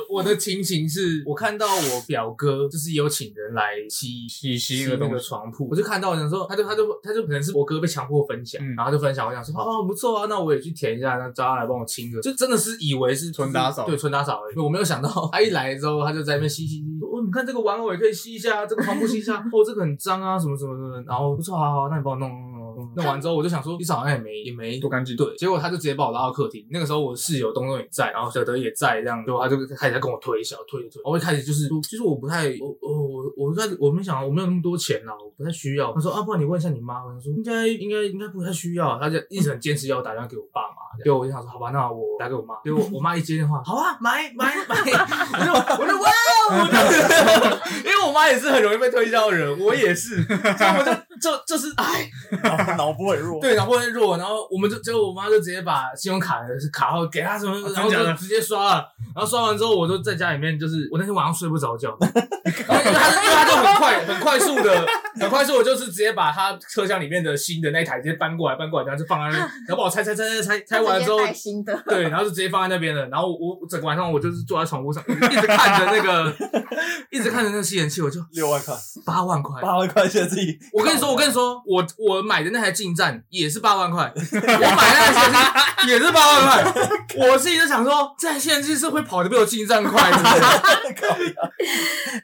[SPEAKER 1] 我我的情形是，我看到我表哥就是有请人来吸
[SPEAKER 2] 洗洗
[SPEAKER 1] 吸
[SPEAKER 2] 那个
[SPEAKER 1] 那
[SPEAKER 2] 东
[SPEAKER 1] 个
[SPEAKER 2] 西，
[SPEAKER 1] 床铺，我就看到，我想说，他就他就他就可能是我哥被强迫分享，
[SPEAKER 2] 嗯
[SPEAKER 1] 然后就分享，我想说，哦，不错啊，那我也去填一下，那叫他来帮我清个，就真的是以为是
[SPEAKER 2] 纯打扫
[SPEAKER 1] 对，纯打扫而已。我没有想到他一来之后，他就在那边吸吸吸，说哦，你看这个玩偶也可以吸一下，这个床铺吸一下，哦，这个很脏啊，什么什么什么，然后不错，好好，那你帮我弄弄弄弄，弄完之后我就想说，你好像也没也没
[SPEAKER 2] 多干净。
[SPEAKER 1] 对，结果他就直接把我拉到客厅。那个时候我室友东东也在，然后小德也在，这样，结果他就开始在跟我推销，推推。我一开始就是，就是我不太，我我我我一开始我没想到我没有那么多钱啦，我不太需要。他说啊，不然你问一下你妈。我想说应该应该应该不太需要。啊他就一直很坚持要我打电话给我爸妈。结果我就想说，好吧，那我打给我妈。结果我妈一接电话，好啊，买买买， 我就我就哇哦， 因为我妈也是很容易被推销的人，我也是，所以我就就就是哎。
[SPEAKER 3] 脑脑波很弱，
[SPEAKER 1] 对，然后很弱，然后我们就结果我妈就直接把信用卡的卡号给她什么，然后
[SPEAKER 2] 啊真的假
[SPEAKER 1] 就
[SPEAKER 2] 的
[SPEAKER 1] 直接刷了，然后刷完之后，我就在家里面，就是我那天晚上睡不着 觉，然后因为她因为她就很快很快速的很快速，我就是直接把她车厢里面的新的那一台直接搬过来搬过来，然后就放在那，里，然后把我拆拆拆拆拆拆完之后。
[SPEAKER 5] 开心的。
[SPEAKER 1] 对，然后就直接放在那边了。然后我我整个晚上我就是坐在床铺上，我就一直看着那个，一直看着那个吸尘器，我就
[SPEAKER 3] 六万块，
[SPEAKER 1] 八万块，
[SPEAKER 3] 八万块现在自己，
[SPEAKER 1] 我跟你说，我跟你说，我我买的那台进站也是八万块， 我买的那台现机也是八万块。我自己就想说，这台现机是会跑得比我进站快是不 是
[SPEAKER 3] 靠呀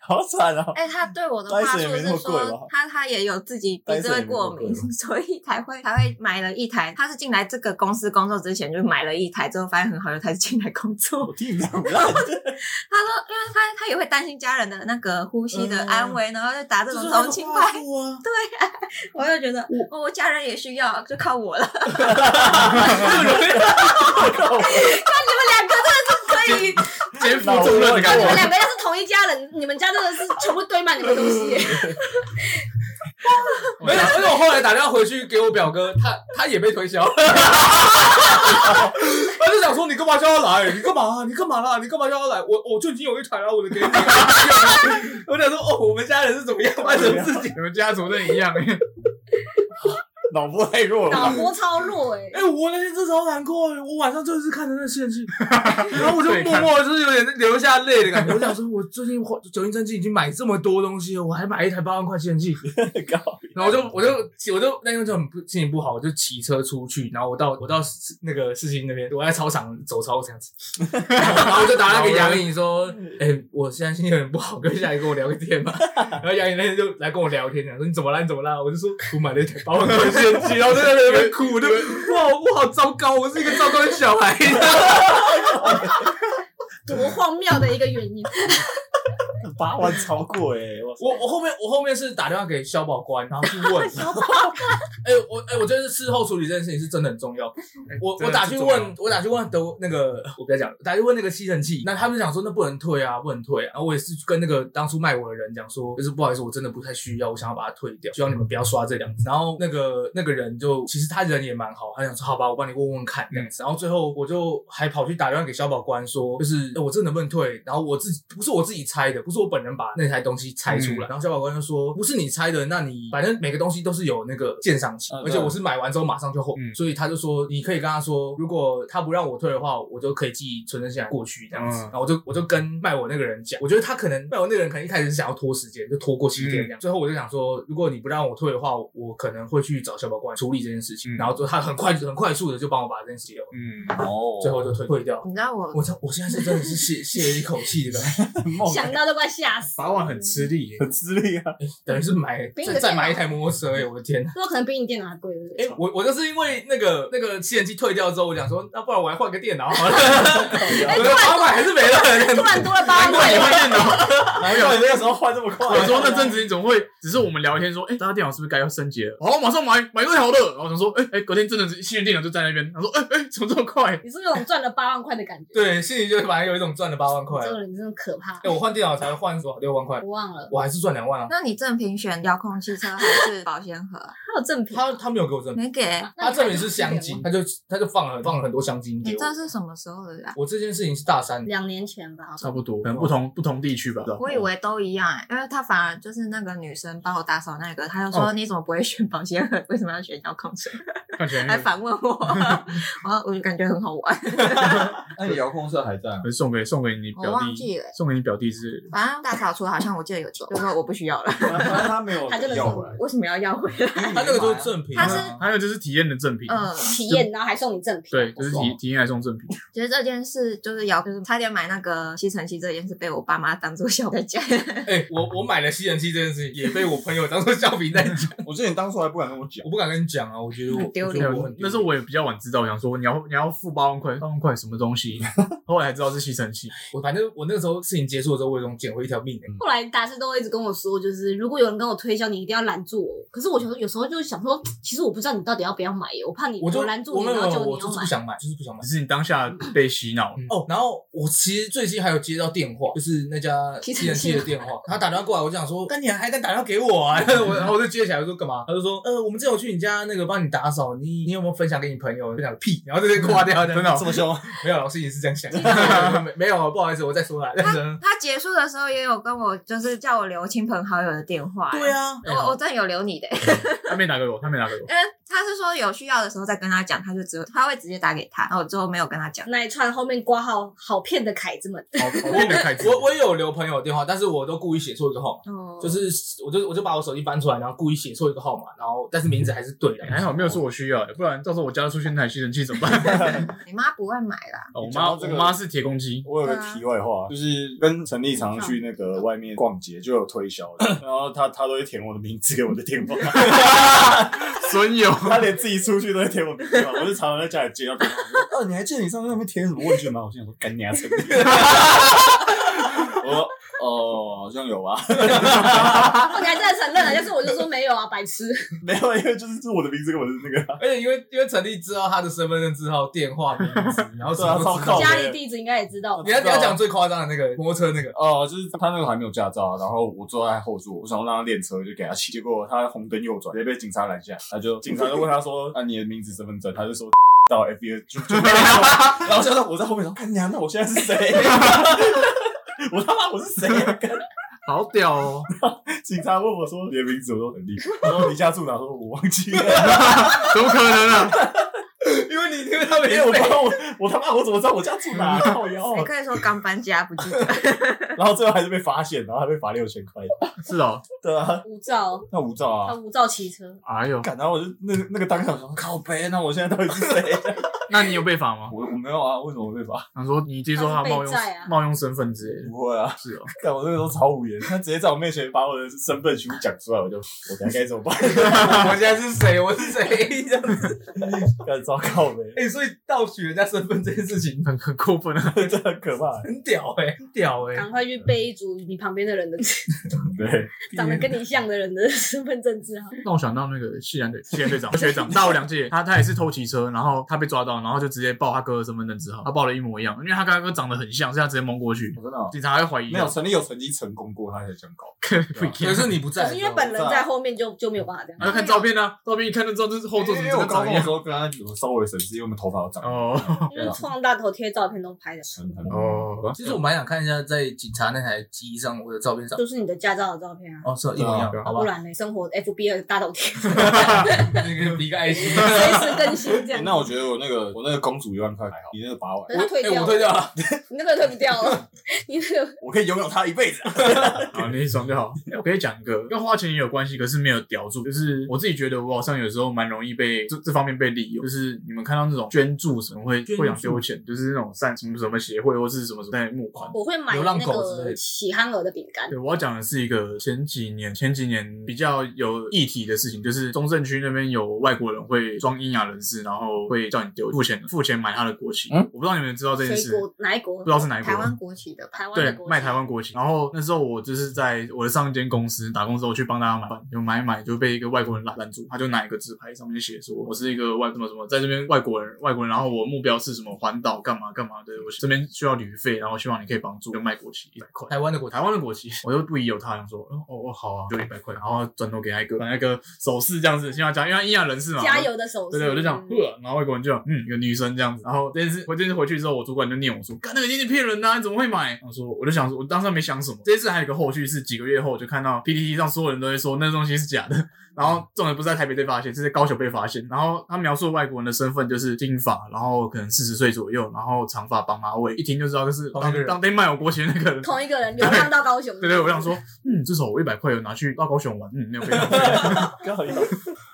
[SPEAKER 3] 好惨啊！
[SPEAKER 5] 哎、他对我的话术
[SPEAKER 3] 但是也没那
[SPEAKER 5] 是
[SPEAKER 3] 么贵吧
[SPEAKER 5] 说，他他也有自己鼻子会过敏
[SPEAKER 3] 但是也没那么贵，
[SPEAKER 5] 所以才会才会买了一台。他是进来这个公司工作之前就买了一台，之后发现很好用，才进来工作
[SPEAKER 3] 我。听你胡乱，
[SPEAKER 5] 他说，因为他他也会担心家人的那个呼吸的
[SPEAKER 3] 嗯
[SPEAKER 5] 安危，然后就打这种同情牌。
[SPEAKER 3] 啊！
[SPEAKER 5] 我就觉得哦我我家人也需要，就 靠我了。 看 你们两个真的是
[SPEAKER 2] 肩负重任的感
[SPEAKER 4] 你们
[SPEAKER 2] 觉。
[SPEAKER 4] 两个要是同一家人，你们家真的是全部堆满你们东西耶。
[SPEAKER 1] 没有，因为我后来打电话回去给我表哥，他他也被推销。 他就想说你干嘛叫他来？你干嘛？啊你干嘛啦？你干嘛叫他来？我我就已经有一台了，我的 给你。我想说哦，我们家人是怎么样发生事情？
[SPEAKER 2] 你们家族真的一样，
[SPEAKER 3] 脑波太弱了
[SPEAKER 4] 脑
[SPEAKER 3] 吧，
[SPEAKER 4] 波超弱哎、
[SPEAKER 1] 哎、我那天真的好难过，我晚上就是看着那个现 象，然后我就默默地就是有点流下泪的感觉。我想说，我最近花酒精蒸汽已经买这么多东西了，我还买一台八万块现器，
[SPEAKER 3] 靠！
[SPEAKER 1] 然后我就我就我就那天就很不心情不好，我就骑车出去，然后我到我到市那个市心那边，我在操场走操这样 子，然后我就打电话给杨颖说，哎、我现在心情有点不好，跟下来跟我聊个天吧。 然后杨颖那天就来跟我聊天，讲说你怎么啦，你怎么啦？我就说我买了一台八万块 现金，然后在那边哭，我就哇，我好糟糕，我是一个糟糕的小孩。
[SPEAKER 4] 多荒谬的一个原因。
[SPEAKER 3] 八万超过哎，哇 塞
[SPEAKER 1] 我我后面我后面是打电话给消保官，然后去问。 哎、我哎、我觉得事后处理这件事情是真的很重要。
[SPEAKER 2] 哎
[SPEAKER 1] 我我打去问，我打去问德那个，我不要讲，打去问那个吸尘器，那他们讲说那不能退啊，不能退、啊。然后我也是跟那个当初卖我的人讲说，就是不好意思，我真的不太需要，我想要把它退掉，希望你们不要刷这两次。然后那个那个人就其实他人也蛮好，他想说好吧，我帮你问问看这样子。然后最后我呃就还跑去打电话给消保官说，就是、哎我这能不能退？然后我自己不是我自己猜的，不是我本人把那台东西拆出来，然后消保官就说不是你拆的，那你反正每个东西都是有那个鉴赏期，
[SPEAKER 3] 嗯
[SPEAKER 1] 而且我是买完之后马上就后，
[SPEAKER 2] 嗯
[SPEAKER 1] 所以他就说你可以跟他说，如果他不让我退的话，我就可以寄存证信来过去这样子。
[SPEAKER 2] 嗯
[SPEAKER 1] 然后我就我就跟卖我那个人讲，我觉得他可能卖我那个人可能一开始是想要拖时间，就拖过七天这样。
[SPEAKER 2] 嗯
[SPEAKER 1] 最后我就想说，如果你不让我退的话，我可能会去找消保官处理这件事情。
[SPEAKER 2] 嗯
[SPEAKER 1] 然后就他很快很快速的就帮我把这件事情解决了，
[SPEAKER 2] 嗯，
[SPEAKER 3] 哦
[SPEAKER 1] 最后就退退掉。
[SPEAKER 5] 你知道我
[SPEAKER 1] 我这我现在是真的是泄泄了一口 气的感觉。
[SPEAKER 4] 想到都快吓死。
[SPEAKER 2] 法网很吃力耶，
[SPEAKER 3] 很自律啊，
[SPEAKER 1] 等于是买
[SPEAKER 4] 比你的
[SPEAKER 1] 再再
[SPEAKER 4] 电脑
[SPEAKER 1] 买一台摩托车哎、我的天哪！
[SPEAKER 4] 那可能比你电脑还贵，对不对？
[SPEAKER 1] 哎、我我就是因为那个那个吸尘器退掉之后，我想说，那不然我还换个电脑好 了。
[SPEAKER 5] 哎
[SPEAKER 1] 我的八百还是没了，
[SPEAKER 4] 突然多了八
[SPEAKER 2] 难怪你
[SPEAKER 4] 位，
[SPEAKER 2] 会 电脑。
[SPEAKER 3] 难怪你那个时候换这么快。
[SPEAKER 2] 我说那阵子你怎么会？只是我们聊天说，哎，大家电脑是不是该要升级了？好，马上买买个好的。然后我想说，哎哎，隔天真的是新的电脑就在那边。他说，哎哎，怎么这么快？
[SPEAKER 4] 你是有种赚了八万块的感觉。
[SPEAKER 1] 对，心里就反正有一种赚了八万块。
[SPEAKER 4] 这
[SPEAKER 1] 哎、
[SPEAKER 4] 个人真的可怕，
[SPEAKER 1] 我换电脑才换多少六万块，
[SPEAKER 4] 我忘了，
[SPEAKER 1] 我还是赚两万啊。
[SPEAKER 5] 那你正品选遥控汽车还是保鲜 盒啊？
[SPEAKER 4] 他有正品。
[SPEAKER 1] 他他没有给我证明，
[SPEAKER 5] 没给，
[SPEAKER 1] 他证明是香精，
[SPEAKER 4] 那
[SPEAKER 1] 他就他就放了放了很多香精
[SPEAKER 5] 你
[SPEAKER 1] 给我。
[SPEAKER 5] 这是什么时候的啊？
[SPEAKER 1] 我这件事情是大三
[SPEAKER 4] 你还有，两年前吧，
[SPEAKER 2] 差不多，可能不同不同地区吧。
[SPEAKER 5] 我以
[SPEAKER 1] 嗯
[SPEAKER 5] 为都一样哎、因为他反而就是那个女生帮我打扫那个，他就说、
[SPEAKER 1] 哦
[SPEAKER 5] 你怎么不会选保鲜盒，为什么要选遥控车？
[SPEAKER 2] 看起来
[SPEAKER 1] 嗯
[SPEAKER 5] 还反问 我，然后我就感觉很好玩，
[SPEAKER 3] 啊
[SPEAKER 6] 那你遥控设还在吗？
[SPEAKER 2] 送给送给你
[SPEAKER 5] 我
[SPEAKER 2] 表
[SPEAKER 5] 忘
[SPEAKER 2] 弟，
[SPEAKER 5] 记了。
[SPEAKER 2] 送给你表弟是
[SPEAKER 5] 反正大扫除好像我记得有做，就说我不需要了，
[SPEAKER 3] 他他没有
[SPEAKER 4] 他真的是
[SPEAKER 3] 要回来，
[SPEAKER 5] 为什么要要回 来？
[SPEAKER 1] 他那个就是正品啊，
[SPEAKER 5] 他是
[SPEAKER 2] 还有就是体验的赠品，
[SPEAKER 5] 嗯，
[SPEAKER 4] 体验，然后还送你正品。啊
[SPEAKER 2] 对，就是
[SPEAKER 4] 不
[SPEAKER 2] 体
[SPEAKER 4] 错
[SPEAKER 2] 体验来送赠品。
[SPEAKER 5] 其实这件事就是遥，就是差点买那个吸尘器这件事被我爸妈当做笑在讲。
[SPEAKER 1] 哎、我我买了吸尘器这件事情也被我朋友当做笑柄在讲，
[SPEAKER 3] 我记得你当初还不敢跟我讲，
[SPEAKER 1] 我不敢跟你讲啊，我觉得我
[SPEAKER 5] 很丢
[SPEAKER 1] 我觉
[SPEAKER 5] 脸
[SPEAKER 1] 得
[SPEAKER 2] 没
[SPEAKER 1] 我
[SPEAKER 2] 有
[SPEAKER 1] 很丢
[SPEAKER 2] 那时候我也比较晚知道，我想说你要你要付八万块，八万块什么东西？后来才知道是吸尘器。
[SPEAKER 1] 我反正我那时候事情结束的时候，我有种捡回一条命、欸。
[SPEAKER 4] 后来达斯都一直跟我说，就是如果有人跟我推销，你一定要拦住我。可是我有时候有时候就想说，其实我不知道你到底要不要买耶，我怕你
[SPEAKER 1] 我就
[SPEAKER 4] 拦住
[SPEAKER 1] 我
[SPEAKER 4] 你，
[SPEAKER 1] 没有
[SPEAKER 4] 然
[SPEAKER 1] 没
[SPEAKER 4] 后
[SPEAKER 1] 有，
[SPEAKER 4] 就
[SPEAKER 1] 我
[SPEAKER 4] 你
[SPEAKER 1] 就
[SPEAKER 4] 要
[SPEAKER 1] 是
[SPEAKER 4] 买
[SPEAKER 1] 不。想买，就是不想买
[SPEAKER 2] 只。是你当下被洗脑，
[SPEAKER 1] 哦，然后我其实最近还有接到电话，就是那家
[SPEAKER 4] 吸
[SPEAKER 1] 吸
[SPEAKER 4] 尘器
[SPEAKER 1] 尘器的电话，他打电话过来，我就想说，干你还敢打电话给我啊？ 我然后我就接起来，我说干嘛？他就说，呃，我们之前有去你家那个帮你打扫，你你有没有分享给你朋友？分享个屁，然后
[SPEAKER 2] 嗯
[SPEAKER 1] 就接挂掉，真
[SPEAKER 2] 哦
[SPEAKER 1] 的
[SPEAKER 3] 这 么凶，
[SPEAKER 1] 没有，老师也是这样想，
[SPEAKER 4] 哦
[SPEAKER 1] 没没有，啊不好意思，我再说啦。认 真
[SPEAKER 5] 他结束的时候也有跟我，就是叫我留亲朋好友的电话、欸
[SPEAKER 1] 对，啊，
[SPEAKER 5] 我
[SPEAKER 4] 哦
[SPEAKER 5] 我真的有留你的、
[SPEAKER 2] 他没打给我，他没打给我。
[SPEAKER 5] 因为他是说有需要的时候再跟他讲，他就只有他会直接打给他，然后我最后没有跟他讲。
[SPEAKER 4] 那一串后面挂号好骗的凯子 们，
[SPEAKER 2] 好好变的开支，
[SPEAKER 1] 我我也有留朋友的电话，但是我都故意写错一个号码。
[SPEAKER 5] 哦
[SPEAKER 1] 就是，我就我就把我手机翻出来，然后故意写错一个号码，然后但是名字还是对的，
[SPEAKER 2] 还好没有说我需要，欸不然到时候我家出现台吸尘器怎么 办？
[SPEAKER 5] 你妈不会买啦，
[SPEAKER 2] 哦我
[SPEAKER 3] 讲
[SPEAKER 2] 妈
[SPEAKER 3] 到这
[SPEAKER 2] 我
[SPEAKER 3] 个
[SPEAKER 2] 妈是铁公鸡，
[SPEAKER 3] 我有个题外话，就是跟陈立常去那个外面逛街，就有推销的，然后他他都会填我的名字跟我的电话，
[SPEAKER 2] 损友。
[SPEAKER 3] 他连自己出去都会填我名字嘛，我就常常在家里接到电话，我说哦，你还记得你上次那边填什么问卷吗？我心想说干你啊，陈立， 我说哦，好像有啊，
[SPEAKER 4] 然后你还真的承认了，但是我就说没有啊，白痴。
[SPEAKER 3] 没有，因为就是是我的名字跟我的那个啊，
[SPEAKER 1] 而且因为因为陈立知道他的身份证字号、电话、名字，然后什么都知
[SPEAKER 3] 对啊超靠
[SPEAKER 1] 道
[SPEAKER 3] 北。
[SPEAKER 4] 家里地址应该也知道吧，啊
[SPEAKER 1] 你要你要讲最夸张的那个摩托车那 个，
[SPEAKER 3] 哦，就是他那个还没有驾照啊，然后我坐在后座，我想要让他练车，就给他骑，结果他红灯右转，直接被警察拦下，他就警察就问他说：“啊，你的名字、身份证？”他就说。到 FBI 就就没有，然后现在我在后面说：“干娘，那我现在是谁？ 我他妈我是谁啊？”干
[SPEAKER 2] 好屌哦！
[SPEAKER 3] 警察问我说：“你的名字？”我说：“很厉害。”然后你家住哪？我说：“我忘记了，
[SPEAKER 2] 怎么可能啊？
[SPEAKER 1] 因为你因为他没
[SPEAKER 3] 因为我不知道我我他妈我怎么知道我家住哪？靠
[SPEAKER 1] 哦
[SPEAKER 3] 腰啊
[SPEAKER 5] 你。可以说刚搬家不记得。”
[SPEAKER 3] 然后最后还是被发现，然后还被罚六千块。
[SPEAKER 2] 是哦，
[SPEAKER 3] 对啊，
[SPEAKER 4] 无照，
[SPEAKER 3] 那无照
[SPEAKER 4] 他
[SPEAKER 3] 啊。
[SPEAKER 4] 无照骑车，
[SPEAKER 2] 哎呦，
[SPEAKER 3] 干然后我就那那个当场说：“靠背，那我现在到底是谁？”啊
[SPEAKER 2] 那你有被罚吗？
[SPEAKER 3] 我我没有啊，为什么会罚？
[SPEAKER 2] 他说你接受他冒
[SPEAKER 4] 他是
[SPEAKER 2] 用
[SPEAKER 4] 被载啊
[SPEAKER 2] 冒用身份之类的，
[SPEAKER 3] 不会啊，
[SPEAKER 2] 是哦，
[SPEAKER 3] 但我那个时候超无言，他直接在我面前把我的身份全部讲出来，我就我该该怎么办？
[SPEAKER 1] 我现在是谁，我是谁这样子。
[SPEAKER 3] 干糟糕呗，
[SPEAKER 1] 哎、所以盗取人家身份这件事情
[SPEAKER 2] 很很过分啊！
[SPEAKER 3] 真的很可怕。欸
[SPEAKER 1] 很屌哎、很屌哎、
[SPEAKER 4] 赶快去备一组你旁边的 人的
[SPEAKER 3] 对，
[SPEAKER 4] 长得跟你像的人的身份证字号。
[SPEAKER 2] 让我想到那个系然队系然队长学长大我两届，他他也是偷骑车，然后他被抓到，然后就直接报他哥的身份证字号，他报了一模一样，因为他跟他哥长得很像，所以他直接蒙过去
[SPEAKER 3] 我，真的哦
[SPEAKER 2] 警察还怀疑啊
[SPEAKER 3] 没 有曾经有曾经成功过，他才这样搞。
[SPEAKER 2] 不一
[SPEAKER 1] 可
[SPEAKER 2] 样。
[SPEAKER 1] 是你不在
[SPEAKER 4] 可
[SPEAKER 1] 的时
[SPEAKER 4] 是
[SPEAKER 1] 候，
[SPEAKER 4] 因为本人在后面就就没有办法这样。
[SPEAKER 2] 然后看照片啊，照片一看就知道这是后座怎
[SPEAKER 3] 因
[SPEAKER 2] 么这
[SPEAKER 3] 为我
[SPEAKER 2] 个长
[SPEAKER 3] 高中的
[SPEAKER 2] 样
[SPEAKER 3] 时。候跟他有稍微审视，因为我们头发好长。
[SPEAKER 2] 哦
[SPEAKER 4] 就是创大头贴照片都拍的，
[SPEAKER 3] 很很
[SPEAKER 2] 哦，
[SPEAKER 6] 其实我蛮想看一下在警察那台机上我的照片上，
[SPEAKER 4] 就是你的驾照的照片啊。
[SPEAKER 6] 哦，是哦一模一样
[SPEAKER 2] 对啊，
[SPEAKER 6] 好
[SPEAKER 4] 不
[SPEAKER 6] 吧？
[SPEAKER 4] 然呢？生活 FB 的大头 贴，随
[SPEAKER 1] 那个比个爱心。
[SPEAKER 4] 时更新这
[SPEAKER 2] 哎
[SPEAKER 3] 欸
[SPEAKER 4] 样。
[SPEAKER 3] 那我觉得我那个我那个公主一万块还好，你那个八万
[SPEAKER 4] 可，是他退
[SPEAKER 1] 哎，
[SPEAKER 4] 掉
[SPEAKER 1] 我退
[SPEAKER 4] 了，
[SPEAKER 1] 掉 了。
[SPEAKER 4] 你那个退不掉了，你那个
[SPEAKER 3] 我可以拥有它一辈子、啊。
[SPEAKER 2] 好，你爽就好。哎我可以讲一个，跟花钱也有关系，可是没有屌住。就是我自己觉得，我好像有时候蛮容易被这这方面被利用。就是你们看到那种捐助什么会
[SPEAKER 1] 捐助
[SPEAKER 2] 会想丢钱，就是那种善什么什么协会或是什么什么在募款。
[SPEAKER 4] 我会买
[SPEAKER 1] 流
[SPEAKER 4] 那
[SPEAKER 1] 浪狗之类
[SPEAKER 4] 个
[SPEAKER 1] 的
[SPEAKER 4] 喜憨儿的饼干
[SPEAKER 2] 对，，我要讲的是一个前几年前几年比较有议题的事情，就是中正区那边有外国人会装英雅人士，然后会叫你丢付钱付钱买他的国旗。
[SPEAKER 3] 嗯
[SPEAKER 2] 我不知道你们知道这件
[SPEAKER 4] 谁
[SPEAKER 2] 事，
[SPEAKER 4] 国哪一国
[SPEAKER 2] 不知？道是哪一国
[SPEAKER 5] 台
[SPEAKER 2] 人。
[SPEAKER 5] 湾国旗的吧？
[SPEAKER 4] 台湾
[SPEAKER 2] 对
[SPEAKER 4] 的，国
[SPEAKER 2] 卖
[SPEAKER 4] 旗
[SPEAKER 2] 台湾国旗。然后那时候我就是在我的上一间公司打工的时候去帮大家买饭，就买一买就被一个外国人拦拦住，他就拿一个纸牌上面写说我是一个外什么什么，在这边外国人外国人，然后我目标是什么环岛干嘛干嘛的，我这边需要旅费，然后希望你可以帮助，就卖国旗一百块。
[SPEAKER 1] 台湾的国
[SPEAKER 2] 台湾的国旗，我就不疑有他，想说，哦哦好啊，就一百块，然后转头给他一个，那个手势这样子，先要讲，因为他印亚人士嘛，
[SPEAKER 4] 加油的手势，
[SPEAKER 2] 啊对对，我就讲，
[SPEAKER 4] 嗯
[SPEAKER 2] 呃，然后外国人就嗯，一个女生这样子。然后这件事，我这次回去之后，我主管就念我说，干那个一定是骗人的、啊，你怎么会买？我说，我就想说，我当时没想什么。这次还有一个后续是几个月后，我就看到 PPT 上所有人都会说那东西是假的。 然后重点不是在台北被发现，是在高雄被发现。然后他描述外国人的身份就是金发，然后可能四十岁左右，然后长发绑马尾，一听就知道就是
[SPEAKER 1] 同一个
[SPEAKER 2] 当
[SPEAKER 1] 人
[SPEAKER 2] 当天卖我国旗的那个人。
[SPEAKER 4] 同一个人流浪到高雄，
[SPEAKER 2] 对对，我想说，嗯，至少我一百块有拿去到高雄玩，嗯，没有被。
[SPEAKER 3] 刚好一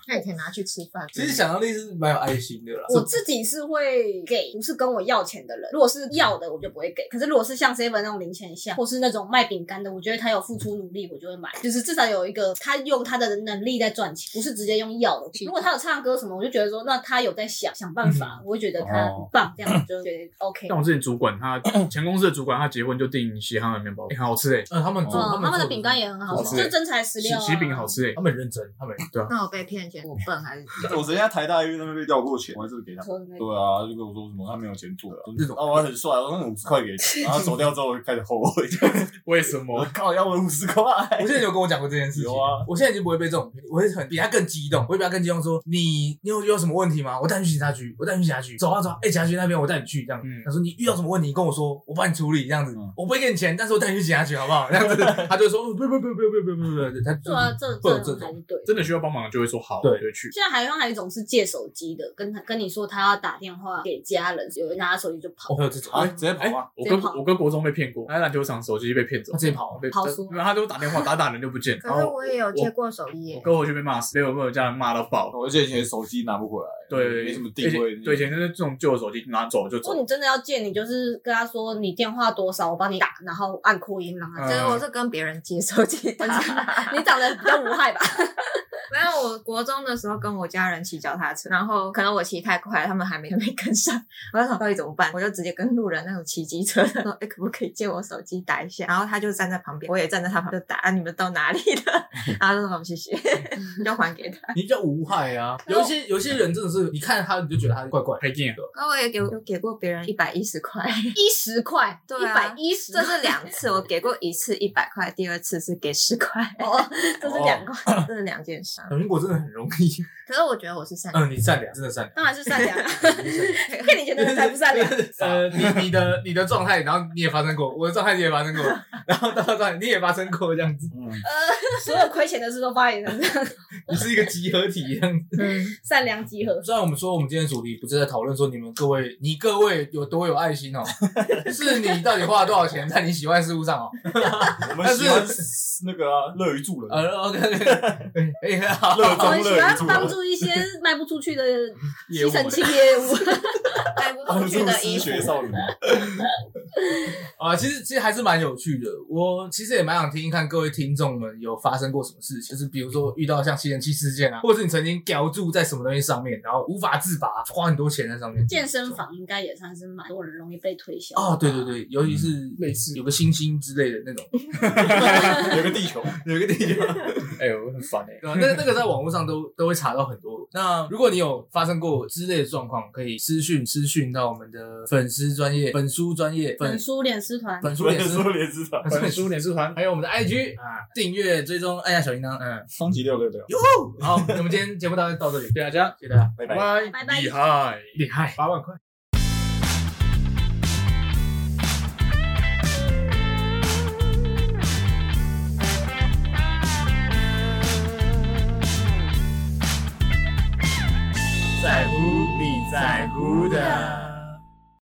[SPEAKER 5] 那也可以拿去吃饭。
[SPEAKER 1] 其实想象力是蛮有爱心的啦。
[SPEAKER 4] 我自己是会给不是跟我要钱的人，如果是要的我就不会给。可是如果是像 seven 那种零钱箱，或是那种卖饼干的，我觉得他有付出努力，我就会买。就是至少有一个他用他的能力在赚钱，不是直接用要的。如果他有唱歌什么，我就觉得说，那他有在想想办
[SPEAKER 1] 嗯
[SPEAKER 4] 法，我会觉得他很棒，这样我就觉 得 OK。
[SPEAKER 2] 像我之前主管他前公司的主管，他结婚就订喜憨的面包，欸、很好吃哎、
[SPEAKER 1] 嗯，他们做
[SPEAKER 4] 嗯，他
[SPEAKER 1] 做
[SPEAKER 4] 们的饼干也很好
[SPEAKER 2] 好吃
[SPEAKER 4] 吃，就真材实
[SPEAKER 2] 喜
[SPEAKER 4] 料、啊。
[SPEAKER 2] 喜饼好。吃哎、
[SPEAKER 1] 他们很认真，他们
[SPEAKER 2] 对啊，
[SPEAKER 5] 那我被 骗钱，我笨 还是？
[SPEAKER 3] 我之前在台大医院那边被调过钱，我还是给他。
[SPEAKER 4] 说的那个
[SPEAKER 3] 对啊，就跟我说什么他没有钱做的，
[SPEAKER 1] 这种
[SPEAKER 3] 啊我很帅，我说五十块给你，然后走掉之后我就开始后悔，
[SPEAKER 2] 为什
[SPEAKER 3] 我
[SPEAKER 2] 么？
[SPEAKER 3] 靠，要我五十块，啊
[SPEAKER 1] 我之前有跟我讲过这件事情。
[SPEAKER 3] 有啊
[SPEAKER 1] 我现在已经不会被这种，我会很比他更激动，我会比他更激动说，你你有有什么问题吗？我带你去警察局，我带你去警察局，走啊走啊，哎、警察局那边我带你去这样。
[SPEAKER 2] 嗯
[SPEAKER 1] 他说你遇到什么问题，你跟我说，我帮你处理这样子，
[SPEAKER 3] 嗯
[SPEAKER 1] 我不会给你钱，但是我带你去警察局好不好？这 样子，他就说哦不不不不不不不不不，他就
[SPEAKER 4] 对啊，这
[SPEAKER 1] 会有
[SPEAKER 4] 这还是
[SPEAKER 1] 这种
[SPEAKER 4] 对的。
[SPEAKER 2] 真的需要帮忙就会说好，
[SPEAKER 1] 对
[SPEAKER 2] 我就会去。
[SPEAKER 4] 现在还有还有一种是借手机的，跟他跟你说他要打电话给家人，有人拿他手机就跑
[SPEAKER 1] 我。会有这种，
[SPEAKER 3] 啊，直接跑啊！
[SPEAKER 2] 哎我
[SPEAKER 4] 直
[SPEAKER 2] 跟
[SPEAKER 4] 接跑
[SPEAKER 2] 我跟国中被骗过，他在篮球场手机被骗走，
[SPEAKER 1] 他直接跑啊
[SPEAKER 2] 被
[SPEAKER 4] 跑输
[SPEAKER 2] 因为他就打电话打打人就不见，然
[SPEAKER 5] 可是
[SPEAKER 1] 哦
[SPEAKER 2] 后
[SPEAKER 5] 我也有借过手机
[SPEAKER 2] 我
[SPEAKER 5] 耶，
[SPEAKER 2] 哥回去被骂死，被我被我家人骂到爆。
[SPEAKER 3] 我记得以前手机拿不回来，
[SPEAKER 2] 对，
[SPEAKER 3] 嗯没什么定
[SPEAKER 2] 以
[SPEAKER 3] 位，
[SPEAKER 2] 前对，以前就是这种旧的手机拿走就
[SPEAKER 4] 如果
[SPEAKER 2] 走
[SPEAKER 4] 你。真的要借，你就是跟他说你电话多少，我帮你打，然后按扩音让他
[SPEAKER 5] 所以我是跟别人借 手机打。
[SPEAKER 4] 你长得比较无 害吧？
[SPEAKER 5] 没有，我国中的时候跟我家人骑脚踏车，然后可能我骑太快，他们还没还没跟上，我就想到底怎么办，我就直接跟路人那种骑机车的说，哎、可不可以借我手机打一下？然后他就站在旁边，我也站在他旁边就打，啊，你们到哪里了？ 然后他就说好谢谢，
[SPEAKER 1] 嗯
[SPEAKER 5] 就还给他。
[SPEAKER 1] 你比较无害啊。
[SPEAKER 4] 哎
[SPEAKER 1] 有一些有一些人真的是，你看他你就觉得他怪怪，
[SPEAKER 2] 还见了，
[SPEAKER 5] 然后我也给有给过别人一百一十块，
[SPEAKER 4] 一十块，
[SPEAKER 5] 对
[SPEAKER 4] 一
[SPEAKER 5] 啊
[SPEAKER 4] 百一十，
[SPEAKER 5] 这是两次，我给过一次一百块，第二次是给十块，哦
[SPEAKER 4] 哦， 这是两块。
[SPEAKER 5] 这是两件事。啊
[SPEAKER 1] 小苹果真的很容易。
[SPEAKER 5] 可是我觉得我是善
[SPEAKER 1] 嗯，
[SPEAKER 5] 良，
[SPEAKER 1] 你善良，真的善良。
[SPEAKER 4] 当然是善 良，啊 骗你钱的 人才不善良。
[SPEAKER 1] 呃，你你的你的状态，然后你也发生过，我的状态你也发生过， 然后到状态你也发生过，这样子，
[SPEAKER 3] 嗯，
[SPEAKER 4] 所有亏钱的事都发在你身上，
[SPEAKER 1] 你是一个集合体这样子。
[SPEAKER 5] 嗯，
[SPEAKER 4] 善良集合。
[SPEAKER 1] 虽然我们说我们今天的主题不是在讨论说你们各位你各位有多有爱心哦，是你到底花了多少钱在你喜欢事物 上哦。
[SPEAKER 3] 我们喜欢那个啊乐于助人，
[SPEAKER 1] 呃 ，OK OK，哎，好，
[SPEAKER 3] 乐
[SPEAKER 4] 我
[SPEAKER 3] 中
[SPEAKER 4] 们喜
[SPEAKER 3] 乐于
[SPEAKER 4] 欢
[SPEAKER 3] 助
[SPEAKER 4] 帮
[SPEAKER 3] 人，
[SPEAKER 4] 助一些卖不出去的
[SPEAKER 1] 啊 业
[SPEAKER 4] 吸
[SPEAKER 1] 务欸
[SPEAKER 4] 尘器业务，
[SPEAKER 5] 带不
[SPEAKER 3] 帮
[SPEAKER 5] 出去
[SPEAKER 3] 助
[SPEAKER 5] 的
[SPEAKER 3] 失
[SPEAKER 5] 衣服。
[SPEAKER 3] 学少女。
[SPEAKER 1] 啊，其实其实还是蛮有趣的。我其实也蛮想听听看各位听众们有发生过什么事情，就是比如说遇到像吸尘器事件啊，或者是你曾经叼住在什么东西上面，然后无法自拔，花很多钱在上面。
[SPEAKER 4] 健身房应该也算是蛮多人容易被推销。
[SPEAKER 1] 哦，对对，对，尤其是
[SPEAKER 2] 嗯类似
[SPEAKER 1] 有个星星之类的那种，
[SPEAKER 3] 有个地球，
[SPEAKER 1] 有一个地方，
[SPEAKER 3] 哎呦，我很烦
[SPEAKER 2] 欸
[SPEAKER 3] 哎。
[SPEAKER 1] 对啊那那个在网络上都都会查到很多。那如果你有发生过之类的状况，可以私讯私讯到我们的粉丝专业、粉书专业、粉
[SPEAKER 4] 粉书脸师团，
[SPEAKER 1] 粉书
[SPEAKER 3] 我
[SPEAKER 1] 脸
[SPEAKER 3] 也
[SPEAKER 1] 书
[SPEAKER 3] 说，连知道，
[SPEAKER 1] 粉书脸书团，还有我们的 IG 啊，订阅追踪，按下小铃铛，嗯，
[SPEAKER 3] 双击六六六，
[SPEAKER 1] 好，那我们今天节目到到这里，谢谢大家，谢谢大家，
[SPEAKER 3] 拜拜。
[SPEAKER 2] 拜
[SPEAKER 4] 拜拜
[SPEAKER 2] 厉害。
[SPEAKER 1] 厉害，八万块。
[SPEAKER 3] 在乎你在乎的。